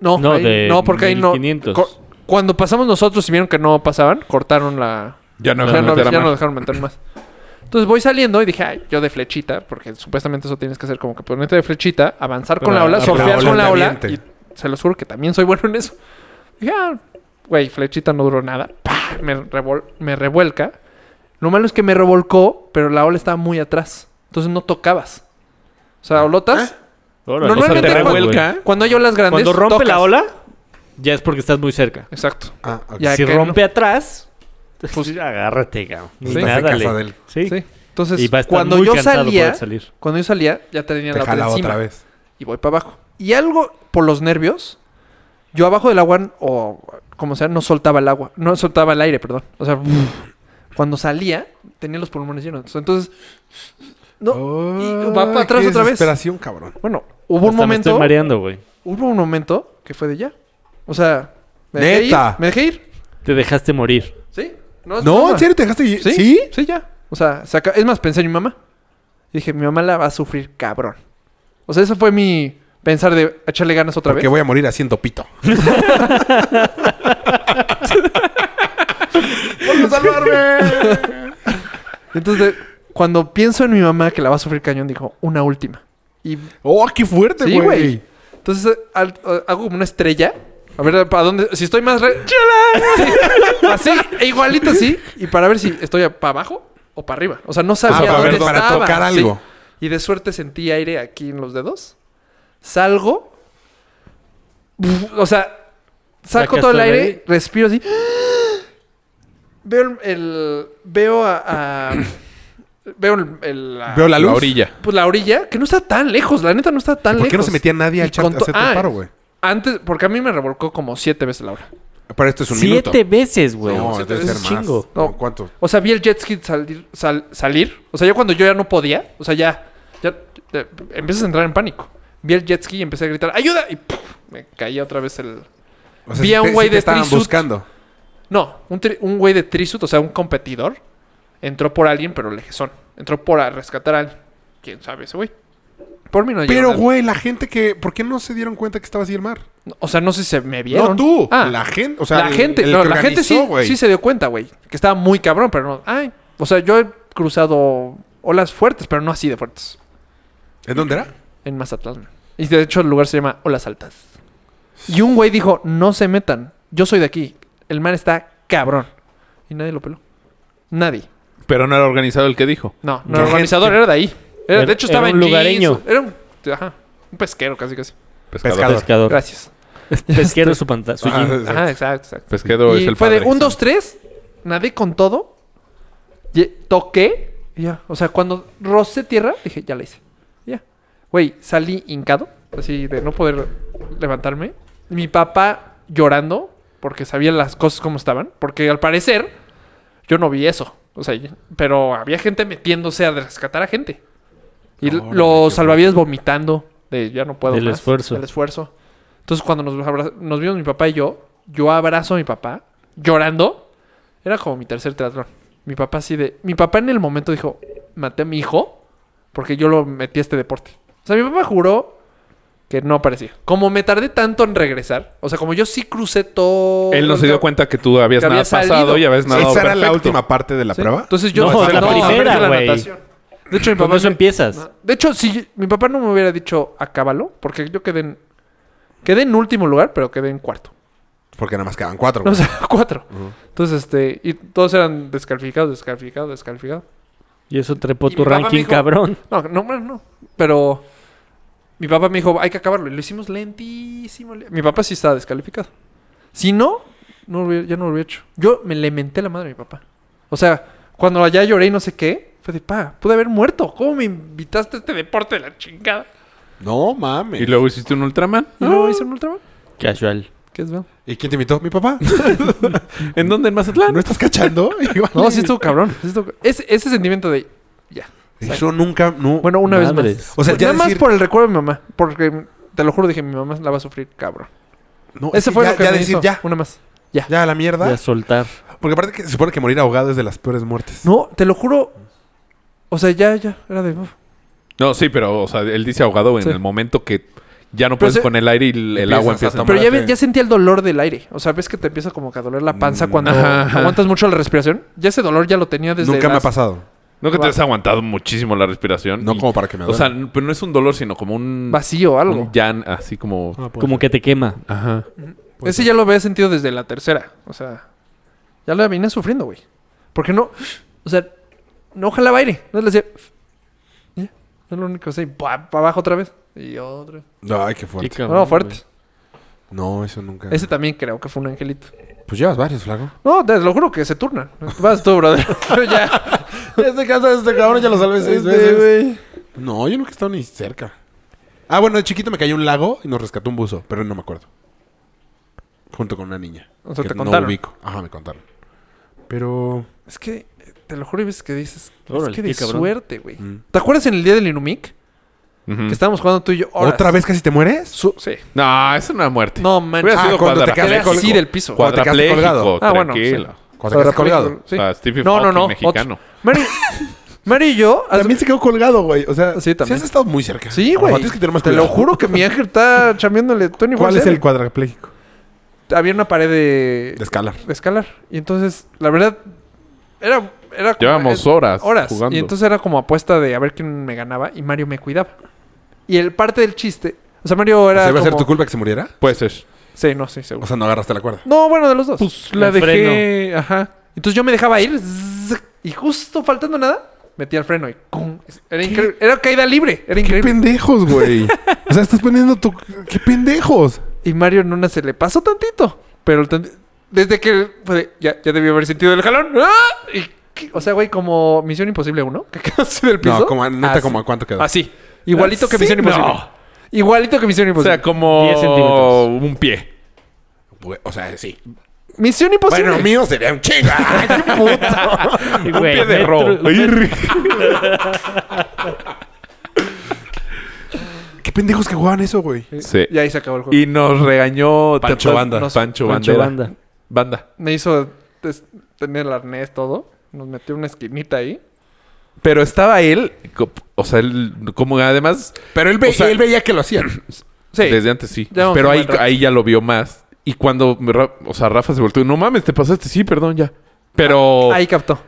A: No,
F: No,
A: ahí-
F: de
A: no, porque ahí no.
F: 1500.
A: co- Cuando pasamos nosotros y vieron que no pasaban, cortaron la.
E: Ya no,
A: ya no,
E: meter a
A: ya no
E: mano.
A: dejaron meter más. Entonces voy saliendo y dije, ay, yo de flechita, porque supuestamente eso tienes que hacer como que ponerte de flechita, avanzar con
F: Para-
A: la ola,
F: para
D: la
F: que
A: surfear
D: ola
A: con
D: te
A: la ola.
D: aviente.
A: Y se los juro que también soy bueno en eso. Dije, ah, güey, flechita no duró nada. ¡Pah! Me, revol- me revuelca. Lo malo es que me revolcó, pero la ola estaba muy atrás. Entonces no tocabas. O sea, olotas.
F: Órale.
E: O sea,
A: Normalmente
E: te
A: cuando-
E: revuelca.
A: Cuando hay olas grandes.
F: Cuando rompe la
A: tocas.
F: ola, ya es porque estás muy cerca.
A: Exacto.
D: Ah, ok.
A: Ya
F: si
A: que
F: rompe atrás,
A: Pues-
F: pues agárrate, cabrón. Ni
D: Estás en
F: nádale.
D: casa de él.
F: Sí.
A: Sí. Entonces,
F: Y va a estar
A: cuando
F: muy
A: yo
F: cansado
A: salía,
F: poder salir.
A: cuando yo salía, ya tenía
D: Te
A: la otra
D: jalaba
A: encima
D: otra vez.
A: y voy para abajo. Y algo por los nervios, yo abajo del agua o como sea, no soltaba el agua, no soltaba el aire, perdón. O sea, cuando salía tenía los pulmones llenos. Entonces, no
F: Oh.
A: y va para
D: Ay,
A: atrás
D: qué
A: otra vez.
D: Desesperación, cabrón.
A: Bueno, hubo un
F: Hasta me estoy
A: momento,
F: mareando, güey.
A: hubo un momento que fue de ya. O sea, me dejé
D: Neta.
A: ir, me dejé ir.
F: Te dejaste morir.
A: ¿Sí? No, es
D: No,
A: broma.
D: ¿en serio te dejaste? ¿Sí?
A: ¿Sí? Sí, ya. O sea, se aca- es más, pensé en mi mamá. Dije, mi mamá la va a sufrir cabrón. O sea, eso fue mi pensar de echarle ganas otra
D: Porque
A: vez.
D: voy a morir haciendo pito. ¡Vuelvo a salvarme!
A: Entonces, cuando pienso en mi mamá que la va a sufrir cañón, dijo, una última. Y
D: ¡Oh, qué fuerte,
A: sí,
D: güey!
A: güey. Entonces, eh, al- eh, hago como una estrella. A ver, ¿para dónde? Si estoy más... re- Sí. Así, e igualito así. Y para ver si estoy para abajo o para arriba. O sea, no
D: Ah,
A: sabía
D: para,
A: dónde
D: ver, para
A: estaba.
D: tocar
A: Sí.
D: algo.
A: y de suerte sentí aire aquí en los dedos. Salgo. Buf, o sea, saco
F: Sacas
A: todo el
F: todo el
A: aire,
F: aire.
A: respiro así. Veo el. el- veo a. a- veo el. el- la,
D: Veo la luz.
E: La orilla.
A: Pues la orilla, que no está tan lejos, la neta no está tan
D: ¿Por
A: lejos.
D: qué no se metía nadie a
A: Y
D: echar-
A: con
D: a
A: to-
D: hacerte
A: Ah,
D: paro, güey?
A: Antes, porque a mí me revolcó como siete veces la hora.
D: Pero esto es un minuto.
F: Siete veces, güey.
D: No,
A: siete
D: debe ser
A: veces
D: más.
F: es chingo.
A: No.
D: ¿Cuánto?
A: O sea, vi el jet ski salir, sal- salir. O sea, yo cuando yo ya no podía, o sea, ya, ya, ya, empiezas a entrar en pánico. Vi el jet ski y empecé a gritar, ¡ayuda! Y ¡puf! me caía otra vez el...
D: O sea,
A: Vi
D: si
A: a un
D: te-
A: güey
D: si te
A: de
D: estaban
A: trisuit.
D: buscando.
A: No, un tri- un güey de trisuit, o sea, un competidor, entró por alguien, pero lejezón. Entró por a rescatar a alguien. ¿Quién sabe ese güey? Por mí no llegó
D: Pero,
A: nadie.
D: güey, la gente que... ¿Por qué no se dieron cuenta que estaba así el mar?
A: O sea, no sé si se me vieron.
D: No, tú.
A: Ah.
D: La gente. O sea,
A: la
D: el-
A: gente,
D: el
A: no,
D: que
A: la gente sí,
D: organizó, güey.
A: sí se dio cuenta, güey. Que estaba muy cabrón, pero no. Ay, o sea, yo he cruzado olas fuertes, pero no así de fuertes.
D: ¿En dónde era?
A: En Mazatlán. Y de hecho el lugar se llama Olas Altas. Y un güey dijo, no se metan. Yo soy de aquí. El mar está cabrón. Y nadie lo peló. Nadie.
E: Pero no era organizado el que dijo.
A: No, no
D: La
A: era organizador,
D: gente-
A: era de ahí. Era-
F: Era-
A: de hecho estaba
F: era un
A: en jeans.
F: lugareño.
A: Era un, ajá, un pesquero casi casi.
D: Pescador.
F: Pescador.
A: Gracias. Este-
F: Pesquero su pantalla. Su
D: Ah,
F: jean.
D: sí, sí.
A: Ajá, exacto, exacto.
E: Pesquero
A: Y
E: es el
A: fue de
E: padre.
A: 1, 2, 3, nadé con todo, ye- toqué, y ya. O sea, cuando rocé tierra, dije, ya la hice. y Ya. Güey, salí hincado, así de no poder levantarme. Mi papá llorando porque sabía las cosas como estaban, porque al parecer yo no vi eso. O sea, y- pero había gente metiéndose a rescatar a gente. Y l-
D: Órale, qué
A: los salvavidas vomitando de ya no puedo
F: Del
A: más,
F: esfuerzo.
A: del esfuerzo. Entonces, cuando nos, abra- nos vimos mi papá y yo, yo abrazo a mi papá, llorando. Era como mi tercer teatrón. Mi papá así de... Mi papá en el momento dijo, maté a mi hijo porque yo lo metí a este deporte. O sea, mi papá juró que no aparecía. Como me tardé tanto en regresar, o sea, como yo sí crucé todo...
E: Él no se dio cuenta que tú habías
A: Que
E: nada
A: había salido.
E: pasado y habías
D: ¿Esa
E: nadado
D: era la
E: perfecto.
D: última parte de la
A: Sí.
D: prueba?
A: Entonces yo...
F: No,
A: no,
D: la
F: primera,
A: la
F: güey.
A: natación. De hecho, mi papá...
F: Con eso
A: me-
F: empiezas.
A: de hecho, si mi papá no me hubiera dicho acábalo, porque yo quedé en, quedé en último lugar, pero quedé en cuarto.
D: Porque nada más quedaban cuatro,
A: No,
D: güey.
A: o sea, cuatro. Entonces, este, y todos eran descalificados, descalificados, descalificados.
F: Y eso trepó
A: Y
F: tu
A: mi papá me
F: ranking,
A: dijo-
F: cabrón.
A: No, no, bueno, no. Pero mi papá me dijo, hay que acabarlo. Y lo hicimos lentísimo. le- Mi papá sí estaba descalificado. Si no, no lo hubiera- ya no lo hubiera hecho. Yo me le menté la madre a mi papá. O sea, cuando allá lloré y no sé qué, fue de pa, pude haber muerto. ¿Cómo me invitaste a este deporte de la chingada?
D: No mames.
E: Y luego hiciste un Ultraman. Ah,
A: Y luego hice un Ultraman.
F: Casual.
A: Ah. ¿Qué es verdad?
D: ¿Y quién te invitó? ¿Mi papá?
E: ¿En dónde? ¿En Mazatlán?
D: ¿No estás cachando?
A: No, sí estuvo cabrón. sí estuvo- Ese, ese sentimiento de ya.
D: Yo nunca... No.
A: Bueno, una vez
F: Madres.
A: más.
D: O sea,
A: Pues
D: ya
A: nada más
D: decir-
A: por el recuerdo de mi mamá. Porque te lo juro, dije, mi mamá la va a sufrir, cabrón.
D: no, es
A: Ese fue
D: Pues ya,
A: lo que
D: ya
A: me
D: decir
A: hizo.
D: ya.
A: Una más.
D: Ya a la
F: Voy
D: mierda.
F: a soltar.
D: Porque aparte que se supone que morir ahogado es de las peores muertes.
A: No, te lo juro. O sea, ya, ya. Era de. uf.
E: No, sí, pero, o sea, él dice ahogado en
A: Sí.
E: el momento que ya no puedes
A: se-
E: con el aire y el, el agua
D: Empiezas a
E: empieza a
D: tomar-
E: tomar.
A: Pero ya, ve-
D: Acuérdate.
A: ya sentía el dolor del aire. O sea, ves que te empieza como que a doler la panza
D: Mm.
A: cuando
E: Ajá, ajá.
A: aguantas mucho la respiración. Ya ese dolor ya lo tenía desde.
D: Nunca me ha
A: las-
D: pasado.
E: No que te has aguantado muchísimo la respiración.
D: No
E: y-
D: como para que me
E: O sea, n- pero no es un dolor, sino como un...
A: Vacío, algo.
E: Un llan, así como...
A: Ah, pues
F: Como que te quema.
E: Ajá.
D: pues
A: ese ya lo había sentido desde la tercera. O sea, ya lo venía sufriendo, güey. Porque no. O sea, no jalaba aire. No le hacía. Ya. Es lo único. Así, para abajo otra vez. Y otra vez.
D: Ay, qué fuerte.
A: No, fuerte.
D: No, eso nunca.
A: Ese también creo que fue un angelito.
D: Pues llevas varios, flaco.
A: No, te lo juro que se turnan. Vas tú, brother. Yo ya.
D: Este caso de este cabrón ya lo salvé seis
A: Este,
D: veces.
A: güey.
D: No, yo nunca he estado ni cerca. Ah, bueno, de chiquito me cayó un lago y nos rescató un buzo, pero no me acuerdo. Junto con una niña.
A: O sea,
D: que
A: te
D: no
A: contaron.
D: ubico. Ajá, me contaron. Pero.
A: Es que, te lo juro, y ves que dices,
F: Órale,
A: es que de
F: qué cabrón.
A: suerte, güey.
D: Mm.
A: ¿Te acuerdas en el día del Inumic?
E: Ujú.
A: Que estábamos jugando tú y yo horas.
D: ¿Otra vez casi te mueres?
A: Su- sí.
E: No, es una muerte.
A: No, man.
E: Hubiera
D: Ah,
E: sido
D: cuando te
E: cuadra-
D: quedaste
A: así
E: cuadrapléjico.
A: del piso.
D: Cuando te quedaste
E: Cuadrapléjico,
A: Ah, bueno,
E: tranquilo.
D: Cuando te quedas colgado.
A: Sí.
E: O sea, Stephen
A: No, no,
E: Hawking
A: no.
E: mexicano.
A: otro. Mary, Mary y yo... haz-
D: También se quedó colgado, güey. O sea,
A: Sí, también.
D: has estado muy cerca.
A: Sí,
D: Ojo,
A: güey.
D: tienes que tener más
A: Te lo
D: cuidado.
A: juro que mi ángel está chambeándole Tony
D: ¿Cuál es el cuadrapléjico?
A: Había una pared de...
D: De escalar.
A: de escalar. Y entonces, la verdad, era... era como-
E: Llevamos
A: es-
E: horas,
A: horas.
E: jugando.
A: Y entonces era como apuesta de a ver quién me ganaba y Mario me cuidaba. Y el parte del chiste... O sea, Mario era
D: ¿Se iba a ser
A: como-
D: tu culpa que se muriera?
E: Puede ser.
A: Sí, no, sí, seguro.
D: O sea, no agarraste la cuerda.
A: No, bueno, de los dos.
E: Pues la
F: El
E: dejé... Ajá.
A: Entonces yo me dejaba ir zzz, y justo faltando nada, Metí al freno y ¡cum! Era, increíble. Era caída libre. Era increíble.
D: pendejos, güey. O sea, estás poniendo tu. ¡Qué pendejos!
A: Y Mario en una se le pasó tantito. Pero el tant- desde que fue de, ya, ya debió haber sentido el jalón. ¡Ah! Y que- o sea, güey, como Misión Imposible 1, que casi del piso.
D: No, como, neta,
A: Así.
D: como a cuánto quedó.
A: Así. Igualito que
E: Así
A: Misión
E: no.
A: Imposible. Pues Igualito que Misión
E: O
A: Imposible.
E: sea, como
F: 10 centímetros.
E: un pie.
D: Güey, O sea, sí.
A: Misión Imposible.
D: Bueno, mío sería un chingo. ¡Ay, qué puto!
F: Un
E: pie de robo.
D: ¡Qué pendejos que juegan eso, güey!
E: Sí.
A: Y ahí se acabó el juego.
E: Y nos regañó
D: Pancho
E: ¿te acuerdas?
D: Banda.
E: Nos- Pancho
F: Pancho
E: Bandera.
F: Banda.
E: Banda.
A: Me hizo des- tener el arnés todo. Nos metió una esquinita ahí.
E: Pero estaba él, co- o sea, él, como además,
D: Pero él, ve-
E: O sea-
D: él veía que lo hacían.
A: Sí.
E: desde antes sí.
A: Llevamos
E: Pero
A: un
E: ahí,
A: buen rato.
E: ahí ya lo vio más. Y cuando, me ra- o sea, Rafa se volteó, no mames, te pasaste, sí, perdón, ya. Pero,
A: Ahí captó.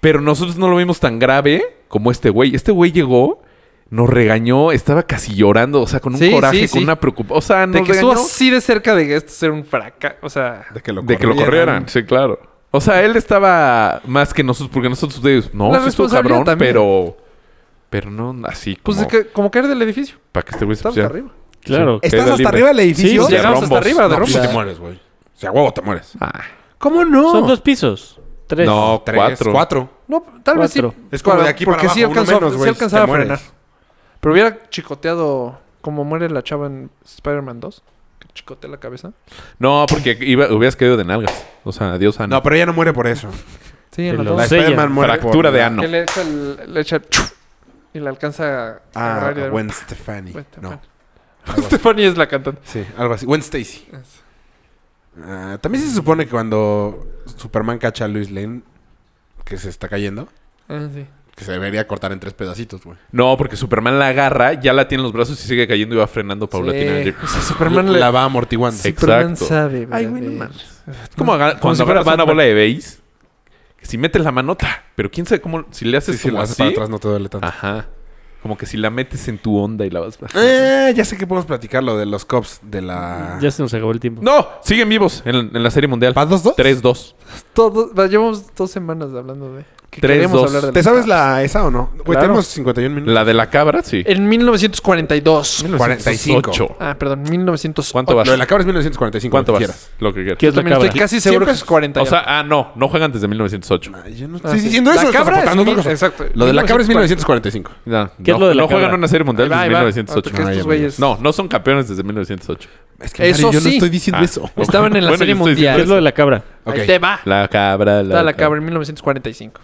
E: pero nosotros no lo vimos tan grave como este güey. Este güey llegó, nos regañó, estaba casi llorando, o sea, con un
A: Sí,
E: coraje,
A: sí,
E: con
A: sí.
E: una preocupación. O sea,
A: De
E: nos
A: que estuvo
E: regañó
A: así de cerca de que esto sea un fracaso. O sea,
D: De que lo
E: de que lo corrieran. Sí, claro. O sea, él estaba más que nosotros, porque nosotros, de- no,
A: La
E: sí estuvo
A: responsabilidad
E: cabrón,
A: también.
E: pero... Pero no así como...
A: pues es que, como caer del edificio.
E: Para que este güey se
A: Estamos
E: pusiera-
A: arriba.
F: Claro.
E: Sí.
D: ¿Estás
E: Queda
D: hasta
E: libre.
D: arriba del edificio?
A: Sí, llegamos hasta
E: rombos.
A: arriba de
D: No, pues
A: rombos.
D: sí te mueres, güey. O sea, huevo, te mueres.
E: Ah.
D: ¿Cómo no?
F: Son dos pisos. Tres.
E: No,
D: Tres,
E: cuatro.
D: cuatro.
A: No, tal vez sí.
F: Cuatro.
D: Es como
A: Para-
D: de aquí
A: porque
D: para
A: sí
D: abajo, uno
A: alcanzaba,
D: menos,
A: sí
D: güey,
A: alcanzaba
D: te
A: a frenar.
D: mueres.
A: Pero hubiera chicoteado como muere la chava en Spider-Man 2. Que chicotea la cabeza.
E: No, porque iba- hubieras caído de nalgas. O sea, adiós ano.
D: No, pero ella no muere por eso.
A: Sí, en
F: Te
A: la
F: lo
A: dos.
D: La
F: Sella.
D: Spider-Man muere
E: Fractura
D: por-
E: de ano.
A: Que le echa el... Le echa el chu, y le alcanza a...
D: Ah,
A: agarrar y dar un-
D: Gwen Stefani.
A: Gwen Stefani.
D: No.
A: Stephanie es la cantante.
D: Sí, algo así. Gwen Stacy. Ah, también se supone que cuando Superman cacha a Luis Lane, que se está cayendo,
A: Ah, sí.
D: que se debería cortar en tres pedacitos, güey.
E: No, porque Superman la agarra, ya la tiene en los brazos y sigue cayendo y va frenando paulatinamente.
A: Sí. O sea, Superman le...
D: la va amortiguando.
E: Sí.
A: Superman
E: Exacto.
A: sabe,
E: Ay,
A: ¿verdad?
E: güey, no
A: De-
E: mames. Es como aga-
A: Como
E: cuando
A: si fuera
E: agarras una
A: Batman.
E: bola de béis, que si metes la manota, pero quién sabe cómo... Si le
D: Sí,
E: haces
D: si
E: como
D: la haces
E: así...
D: para atrás no te duele
A: Ah.
D: tanto.
E: Ajá. Como que si la metes en tu onda y la vas...
D: Eh, ya sé que podemos platicar lo de los cops de la...
F: Ya se nos acabó el tiempo.
E: No, siguen vivos en, en la serie mundial.
D: ¿Vas dos, dos?
E: 3-2.
A: Todo, va, llevamos dos semanas hablando de. Que
E: Tres,
A: queremos
E: dos.
A: hablar de
D: ¿Te
A: los
D: sabes
A: Cavs.
D: la esa o no? Güey,
A: Claro.
D: tenemos 51 minutos.
E: La de la cabra, sí.
A: En 1942.
D: 45.
E: 45.
A: Ah, perdón, 1908.
E: ¿Cuánto vas?
D: Lo de la cabra es 1945.
E: ¿Cuánto
D: lo
E: vas?
D: que
E: Lo que quieras.
F: ¿Qué es la
A: También estoy
F: cabra?
A: casi seguro que
D: Siempre
A: es 40.
E: O sea, ah, no, no juegan desde 1908.
D: quieras. Ay, yo no
A: Ah,
D: estoy
A: sí.
D: diciendo
A: La
D: eso. estás
A: cabra es
D: aportando
A: mil-
D: otra cosa.
A: exacto.
D: Lo de la cabra es
A: 1940.
D: 1945.
E: No,
F: ¿Qué
E: no,
F: es lo de la
E: no juegan
F: cabra?
E: una serie
A: Ahí
E: mundial
A: va,
E: desde
A: ahí va. Ahorita
E: 1908.
A: que
D: Ah,
A: estos
D: ya,
A: güeyes
E: No, no son campeones desde 1908.
D: Es
A: Eso
D: Mario, yo
A: sí.
D: no estoy diciendo
E: Ah.
D: eso.
E: Ok.
A: Estaban en la
E: Bueno,
A: serie
E: yo estoy
A: mundial.
E: diciendo
F: ¿Qué es lo de la cabra?
A: Ahí
D: Ok.
A: te va.
E: La cabra, la,
A: Está la cabra en 1945.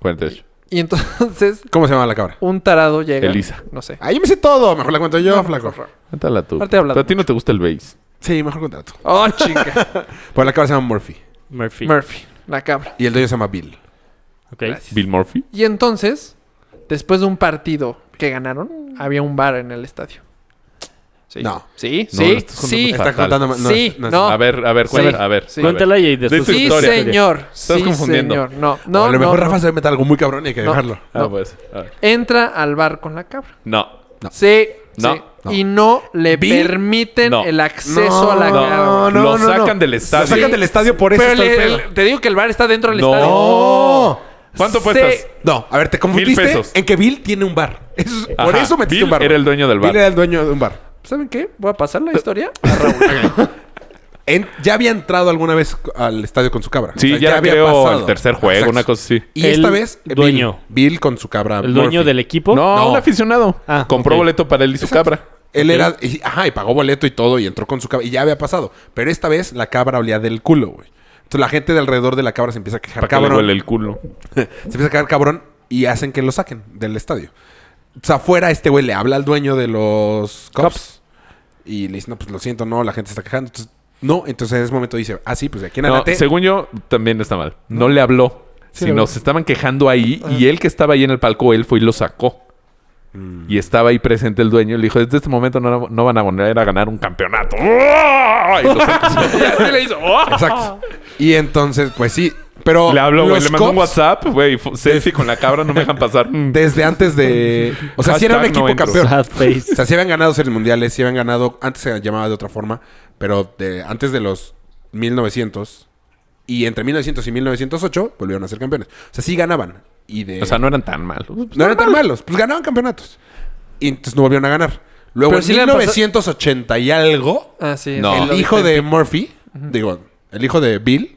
E: 48.
A: Y entonces,
D: ¿Cómo se llama la cabra?
A: un tarado llega.
E: Elisa.
A: No sé.
D: Ahí me sé todo. Mejor la cuento yo, flaco.
E: Cuéntala tú.
A: Ahorita he hablado
E: Pero a ti no te gusta el bass.
D: Sí, mejor contrato.
A: Oh, chica.
D: Pues la cabra se llama Murphy.
F: Murphy.
A: Murphy, la cabra.
D: Y el dueño se llama Bill.
F: Ok.
E: Bill Murphy.
A: Y entonces, después de un partido que ganaron, había un bar en el estadio. Sí.
D: Mm. No.
A: Sí,
E: No, lo
A: sí,
E: estás contando
A: sí.
E: fatal.
D: Está contando ma-
A: Sí,
D: es-
A: no.
E: A ver, a ver,
A: Sí.
E: cuéntala, a ver.
A: Sí.
E: a ver.
F: Cuéntala y después
E: tu
A: Sí,
E: historia.
A: señor. Estás
E: confundiendo.
A: Señor. No,
D: No,
A: no.
D: a lo mejor
A: no,
D: Rafa
A: no.
D: se mete algo muy cabrón y hay que
A: No.
D: dejarlo.
E: Ah,
A: No.
E: pues, a ver.
A: Entra al bar con la cabra.
E: No.
A: Sí.
E: No,
A: sí. Y no le permiten
E: No.
A: el acceso a la
D: No,
A: cabra.
D: no, no,
E: Lo
D: no,
E: sacan
D: no.
E: del estadio.
D: Lo sacan del estadio por eso.
A: Pero
D: está el
A: le-
D: pedo.
A: el- te digo que el bar está dentro del
E: No.
A: estadio.
D: No.
E: ¿Cuánto
A: Sí.
E: cuestas?
D: No, a ver, te confundiste
E: Oh. Mil pesos.
D: en que Bill tiene un bar. Eso es- por
E: Ajá.
D: eso metiste
E: Bill
D: un bar.
E: era el dueño del bar.
D: Bill era el dueño de un bar.
A: ¿Saben qué? Voy a pasar la historia.
D: En- ya había entrado alguna vez al estadio con su cabra.
E: Sí,
D: O sea,
E: ya,
D: había
E: creo
D: pasado.
E: el tercer juego,
D: Exacto.
E: una cosa así.
D: Y
F: El
D: esta vez, Bill-
F: dueño.
D: Bill, con su cabra.
F: ¿El dueño
D: Murphy.
F: del equipo?
E: No,
D: No.
E: un aficionado.
F: Ah,
E: Compró
F: ok.
E: boleto para él y su cabra.
D: Él era. y- ajá, y pagó boleto y todo y entró con su cabra. Y ya había pasado. Pero esta vez la cabra olía del culo, güey. Entonces la gente de alrededor de la cabra se empieza a quejar
E: Para que le
D: cabrón.
E: huele el culo.
D: se empieza a quejar cabrón y hacen que lo saquen del estadio. O sea, afuera este güey le habla al dueño de los cops. Y le dice, no, pues lo siento, no, la gente se está quejando. Entonces, no, entonces en ese momento dice, ah, sí, pues de aquí en
E: No,
D: adelante.
E: según yo, también está mal. No le habló.
D: Sí, le
E: sino
D: habló.
E: se estaban quejando ahí y él que estaba ahí en el palco, él fue y lo sacó. Y estaba ahí presente el dueño y le dijo, desde este momento no, no van a volver a ganar un campeonato. Y lo sacó.
A: Y así le hizo. ¡Oh!
D: Exacto. Y entonces, pues sí. Pero.
E: le habló, güey,
D: los
E: le mandó un
D: Cubs,
E: WhatsApp, güey, fu- selfie con la cabra, no me dejan pasar. Mm.
D: Desde antes de. O sea, si era un
E: Hashtag no
D: equipo
E: entro.
D: campeón.
F: Sad face.
D: O sea, si habían ganado series mundiales, si habían ganado. Antes se llamaba de otra forma. Pero de, antes de los 1900. Y entre 1900 y 1908 volvieron a ser campeones. O sea, sí ganaban. y de...
E: O sea, no eran tan malos.
D: No eran tan malos. Pues ganaban campeonatos. Y entonces no volvieron a ganar. Luego
A: Pero
D: en
A: sí le han pasado-
D: 1980 y algo,
A: Ah, sí.
E: No.
A: sí,
D: el
A: lo
D: hijo
A: dije.
D: de Murphy, digo, el hijo de Bill,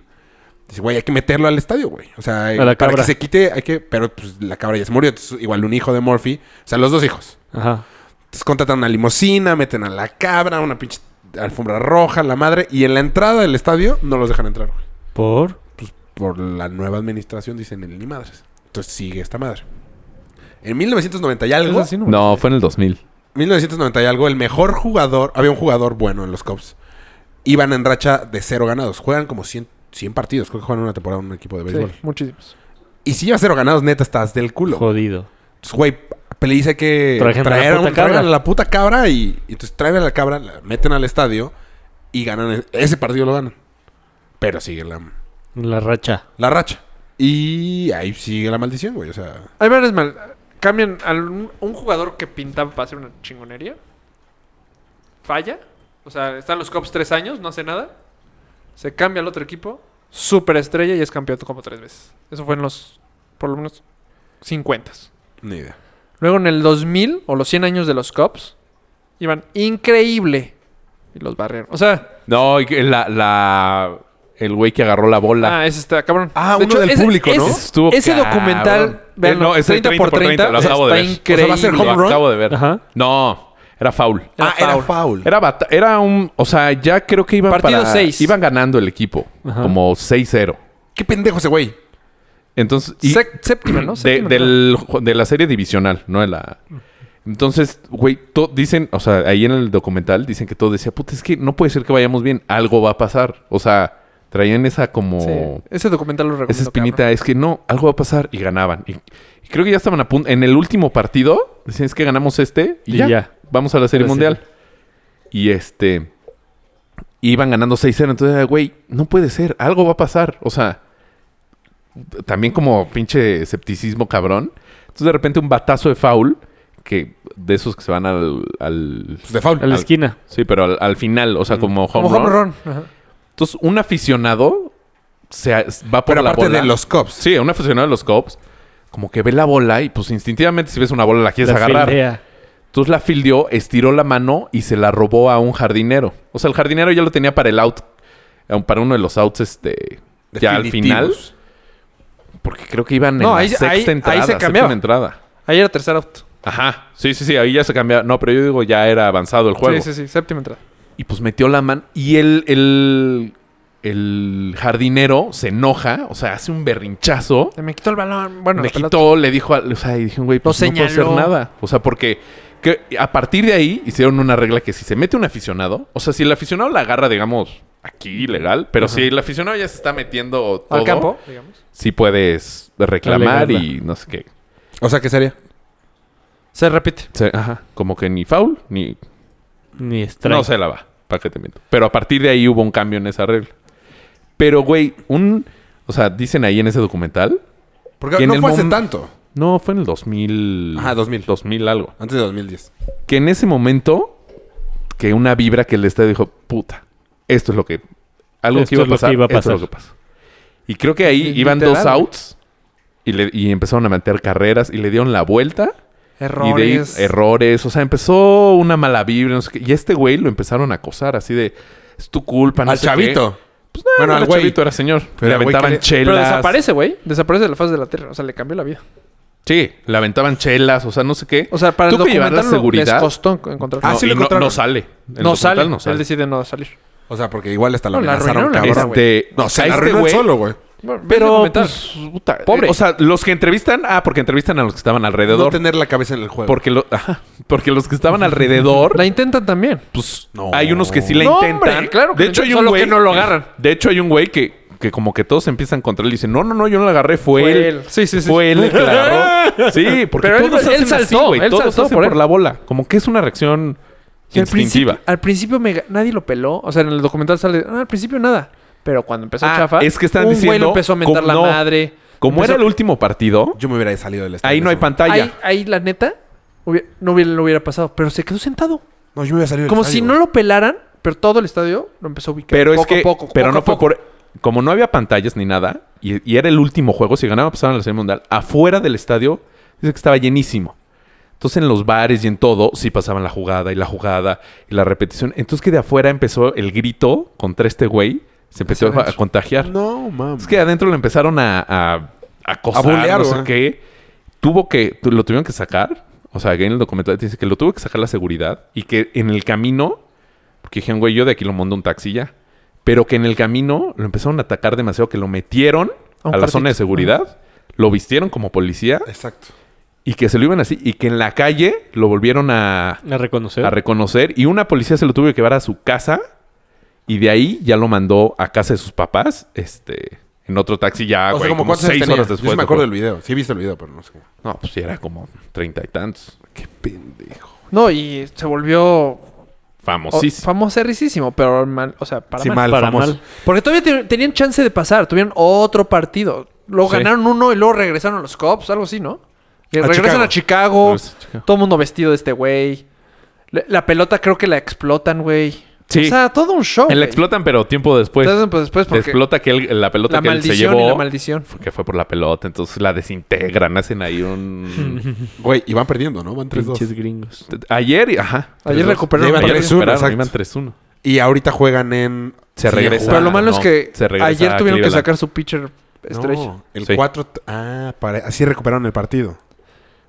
D: dice, güey, hay que meterlo al estadio, güey. O sea,
F: la
D: para que
F: cabra.
D: se quite, hay que... Pero pues la cabra ya se murió. Entonces, igual un hijo de Murphy. O sea, los dos hijos.
F: Ajá.
D: Entonces contratan una limusina, meten a la cabra, una pinche alfombra roja, la madre. Y en la entrada del estadio no los dejan entrar, güey.
F: Por.
D: pues, por la nueva administración dicen el ni madres. Entonces sigue esta madre. En 1990 y algo,
A: Eso sí, no.
E: No, fue en el 2000.
D: 1990 y algo, el mejor jugador, había un jugador bueno en los Cubs. Iban en racha de cero ganados. Juegan como 100, 100 partidos. Creo que juegan una temporada en un equipo de
A: Sí,
D: béisbol.
A: muchísimos.
D: Y si llevas cero ganados, neta, estás del culo.
F: Jodido.
D: Entonces, güey, le dice que
F: Trajeron a la
D: traer a,
F: puta
D: un- traigan
F: cabra.
D: a la puta cabra y, y entonces traen a la cabra, la meten al estadio y ganan. e- Ese partido lo ganan. Pero sigue la,
F: La racha.
D: la racha. Y ahí sigue la maldición, güey. O sea,
A: Hay varias mal. Cambian a un, un jugador que pintaba para hacer una chingonería. Falla. O sea, están los Cops tres años, no hace nada. Se cambia al otro equipo. Superestrella y es campeón como tres veces. Eso fue en los, por lo menos, 50.
D: Ni idea.
A: Luego en el 2000 o los 100 años de los Cops, iban increíble. Y los barrieron. O sea,
E: No, y que la, la- el güey que agarró la bola.
A: ah, ese está cabrón.
D: Ah, uno del público, ¿no?
A: Ese,
E: Estuvo
A: ese
E: cabrón.
A: documental,
E: Eh,
A: vean,
E: no, es el
A: 30 por 30,
E: lo acabo de
A: está
E: ver. O
A: increíble.
D: sea, va a ser
E: Lo
D: home run?
E: acabo de ver.
F: Ajá.
E: No, era foul.
A: Era
D: ah, era
A: foul.
D: foul.
E: Era, bata- era un... O sea, ya creo que iban
A: Partido
E: para-
A: seis.
E: Iban ganando el equipo.
F: Ajá.
E: Como 6-0.
D: Qué pendejo ese güey.
E: Entonces... y-
A: Sec- séptima, ¿no?
E: de,
A: Séptima,
E: del ju- de la serie divisional, no de la... Entonces, güey, to- dicen, o sea, ahí en el documental dicen que todo decía, puta, es que no puede ser que vayamos bien, algo va a pasar. O sea, traían esa como...
A: Sí, Ese documental lo recomiendo.
E: Esa espinita
A: cabrón.
E: es que no, algo va a pasar y ganaban. Y, y creo que ya estaban a punto. En el último partido, decían es que ganamos este y,
F: Y
E: ya,
F: ya.
E: Vamos a la serie
F: Ahora sí.
E: mundial. Y este. Iban ganando 6-0. Entonces, era, güey, no puede ser. Algo va a pasar. O sea, también como pinche escepticismo cabrón. Entonces, de repente, un batazo de foul. Que de esos que se van al. al-
D: Pues de foul.
F: A la esquina.
E: sí, pero al, al final. O sea, como
A: Como
E: home,
A: home
E: run.
A: run. Ajá.
E: Entonces, un aficionado se a- va por
D: Pero
E: la
D: aparte
E: bola.
D: de los cops.
E: pues, Sí, un aficionado de los Cubs, como que ve la bola y pues instintivamente si ves una bola la quieres
F: la
E: agarrar.
F: fildea.
E: Entonces la fildió, estiró la mano y se la robó a un jardinero. O sea, el jardinero ya lo tenía para el out, eh, para uno de los outs, este, ya al final.
D: Definitivos.
E: Porque creo que iban
A: No,
E: en
A: ahí-
E: la sexta
A: ahí- ahí
E: entrada.
A: se
E: séptima
A: cambiaba.
E: entrada.
A: Ahí era tercer out.
E: Ajá. Sí, sí, sí, ahí ya se cambiaba. No, pero yo digo, ya era avanzado el juego.
A: Sí, sí, sí. Séptima entrada.
E: Y pues metió la mano. Y el, el, el jardinero se enoja, o sea, hace un berrinchazo.
A: Me quitó el balón. Bueno,
E: me
A: la pelota.
E: quitó, le dijo, al- o sea, y dije, güey, pues
A: Lo
E: no puedo hacer
A: señaló.
E: nada. O sea, porque que a partir de ahí hicieron una regla que si se mete un aficionado, o sea, si el aficionado la agarra, digamos, aquí legal, pero si el aficionado ya se está metiendo todo,
A: al campo, digamos.
E: sí puedes reclamar
F: Alegarla.
E: y no sé qué.
D: O sea, ¿qué sería?
A: Se repite.
E: O sea, ajá, como que ni foul ni
F: Ni strike.
E: No se la va, para que te miento. Pero a partir de ahí hubo un cambio en esa regla. Pero güey, un o sea, dicen ahí en ese documental, Y
D: Porque
E: en
D: no
E: el
D: fue hace
E: mom-
D: tanto.
E: no, fue en el 2000,
D: Ajá, 2000.
E: 2000 algo.
D: Antes de 2010.
E: que en ese momento, que una vibra que el estadio dijo, puta, esto es lo que, algo
F: Esto
E: que iba a
F: es lo que
E: pasar,
F: iba a
E: esto es lo
F: pasar.
E: que pasa. Y creo que ahí
A: Li-
E: iban dos
A: literal, güey.
E: outs y, le- y empezaron a meter carreras y le dieron la vuelta. Y de ahí,
A: Errores.
E: errores. O sea, empezó una mala vibra. no sé qué. Y a este güey lo empezaron a acosar así de, es tu culpa. No
D: al
E: sé qué".
D: chavito.
E: Pues, no,
D: Bueno,
E: no
D: al
E: era
D: güey.
E: chavito era señor.
D: Pero
E: le
D: al güey que
E: aventaban
D: le-
E: chelas.
A: Pero desaparece, güey. Desaparece de la faz de la tierra. O sea, le cambió la vida.
E: Sí, le aventaban chelas. O sea, no sé qué.
A: O sea, para el
E: Tuvo que llevar la
A: documental lo- les
E: seguridad.
A: costó encontrar.
D: Ah,
E: no,
D: sí
E: y
D: lo
E: no- no,
D: encontraron.
E: sale. El
A: no, sale.
E: documental
A: Él decide no salir.
D: O sea, porque igual hasta la
A: No, la
D: amenazaron,
A: arruinaron la
D: cabrón.
A: vida,
E: Este,
D: No,
E: o
D: se
E: sea,
D: la
E: este
D: arruinó él
E: güey-
D: solo, güey.
A: Bueno, ve el
E: Pero,
A: documental.
E: pues, puta,
A: Pobre.
E: eh, o sea, los que entrevistan, ah, porque entrevistan a los que estaban
D: No
E: alrededor.
D: tener la cabeza en el juego.
E: porque, lo- ajá, porque los que estaban alrededor,
A: la intentan también.
E: pues,
D: No.
E: hay unos que sí la
A: No,
E: intentan.
A: hombre, claro que
E: de hecho,
A: lo
E: hay
A: intentan,
E: un
A: solo
E: güey
A: que no lo agarran.
E: De hecho, hay un güey que, que como que todos empiezan contra él y dicen, no, no, no, yo no la agarré, fue,
A: Fue
E: él.
A: él. Sí, sí, sí.
E: Fue él el que la agarró. Sí, porque
A: Pero él-
E: todos
A: él
E: hacen así,
A: saltó,
E: güey,
A: él
E: todos
A: saltó
E: hacen
A: por
E: por,
A: él.
E: la bola. Como que es una reacción
A: Y al
E: instintiva.
A: principio, al principio me ga- nadie lo peló. O sea, en el documental sale. "Ah, al principio nada. Pero cuando empezó
E: Ah,
A: Chafa.
E: es que están
A: un güey
E: diciendo
A: lo empezó a mentar
E: cómo
A: la
E: no.
A: madre.
E: Como
A: Empezó-
E: era el último partido,
D: Yo me hubiera salido del estadio.
E: ahí no hay
D: en ese
E: pantalla.
A: Ahí, ahí, la neta, hubi- no hubiera, lo hubiera pasado. Pero se quedó sentado.
D: momento. No, yo me hubiera salido del
A: Como
D: estadio,
A: si no
D: güey.
A: lo pelaran, pero todo el estadio lo empezó a ubicar.
E: Pero
A: poco
E: es que.
A: a poco,
E: pero
A: poco
E: no
A: a
E: fue
A: poco.
E: por. Como no había pantallas ni nada, y, y era el último juego, si ganaba pasaban a la Serie Mundial, afuera del estadio, dice que estaba llenísimo. Entonces en los bares y en todo, sí pasaban la jugada y la jugada y la repetición. Entonces que de afuera empezó el grito contra este güey, se empezó a, a contagiar.
D: No, mames.
E: Es que adentro lo empezaron a, a, a acosar,
D: A bulear,
E: no sé
D: güey.
E: qué. Tuvo que, tu- lo tuvieron que sacar. O sea, que en el documental dice que lo tuvo que sacar la seguridad y que en el camino, porque dijeron, güey, yo de aquí lo mando un taxi ya. Pero que en el camino lo empezaron a atacar demasiado, que lo metieron
A: A
E: a,
A: un
E: la zona de
A: cuartito.
E: seguridad, lo vistieron como policía
D: Exacto.
E: y que se lo iban así y que en la calle lo volvieron a,
F: A reconocer.
E: a reconocer y una policía se lo tuvo que llevar a su casa y de ahí ya lo mandó a casa de sus papás, este, en otro taxi ya,
D: o sea,
E: Ah, güey,
D: como
E: como,
D: cuántos
E: seis
D: años tenía.
E: horas
D: Yo
E: después.
D: sí me
E: de
D: acuerdo del
E: juego.
D: video. Sí he visto el video, pero no sé cómo.
E: No, pues sí era como treinta y tantos.
D: Qué pendejo.
A: No, y se volvió sí,
E: Famosísimo.
A: famoserricísimo, pero mal, o sea, para
D: Sí,
A: mal.
D: mal,
F: para
D: famoso.
F: mal.
A: Porque todavía te- tenían chance de pasar, tuvieron otro partido. Luego
E: Sí.
A: ganaron uno y luego regresaron a los Cops, algo así, ¿no? Que
D: A
A: regresan a Chicago,
E: Regresan a Chicago.
A: todo el mundo vestido de este güey. La, la pelota creo que la explotan, güey.
E: Sí.
A: O sea, todo un show. Oh,
E: Él
A: güey.
E: explotan, pero tiempo después.
A: Entonces, pues, después, porque
E: explota que él- la pelota
A: la
E: que él se
A: maldición
E: llevó.
A: y la maldición.
E: Que fue por la pelota, entonces la desintegran, hacen ahí un...
D: Güey, y van perdiendo, ¿no? Van 3-2.
F: Pinches gringos.
E: Ayer, ajá.
A: Ayer
E: tres-dos.
A: recuperaron.
D: Llevan
E: Ayer
A: Ayer-
D: tres. 3-1,
E: recuperaron,
D: exacto.
E: iban 3-1.
D: Y ahorita juegan en.
E: Se regresa.
A: Pero lo malo es
E: no,
A: que
E: se regresa
A: ayer
E: a
A: tuvieron que
E: Cleveland.
A: sacar su pitcher stretch.
D: No, el
E: Sí.
D: 4. t- Ah, para- así recuperaron el partido.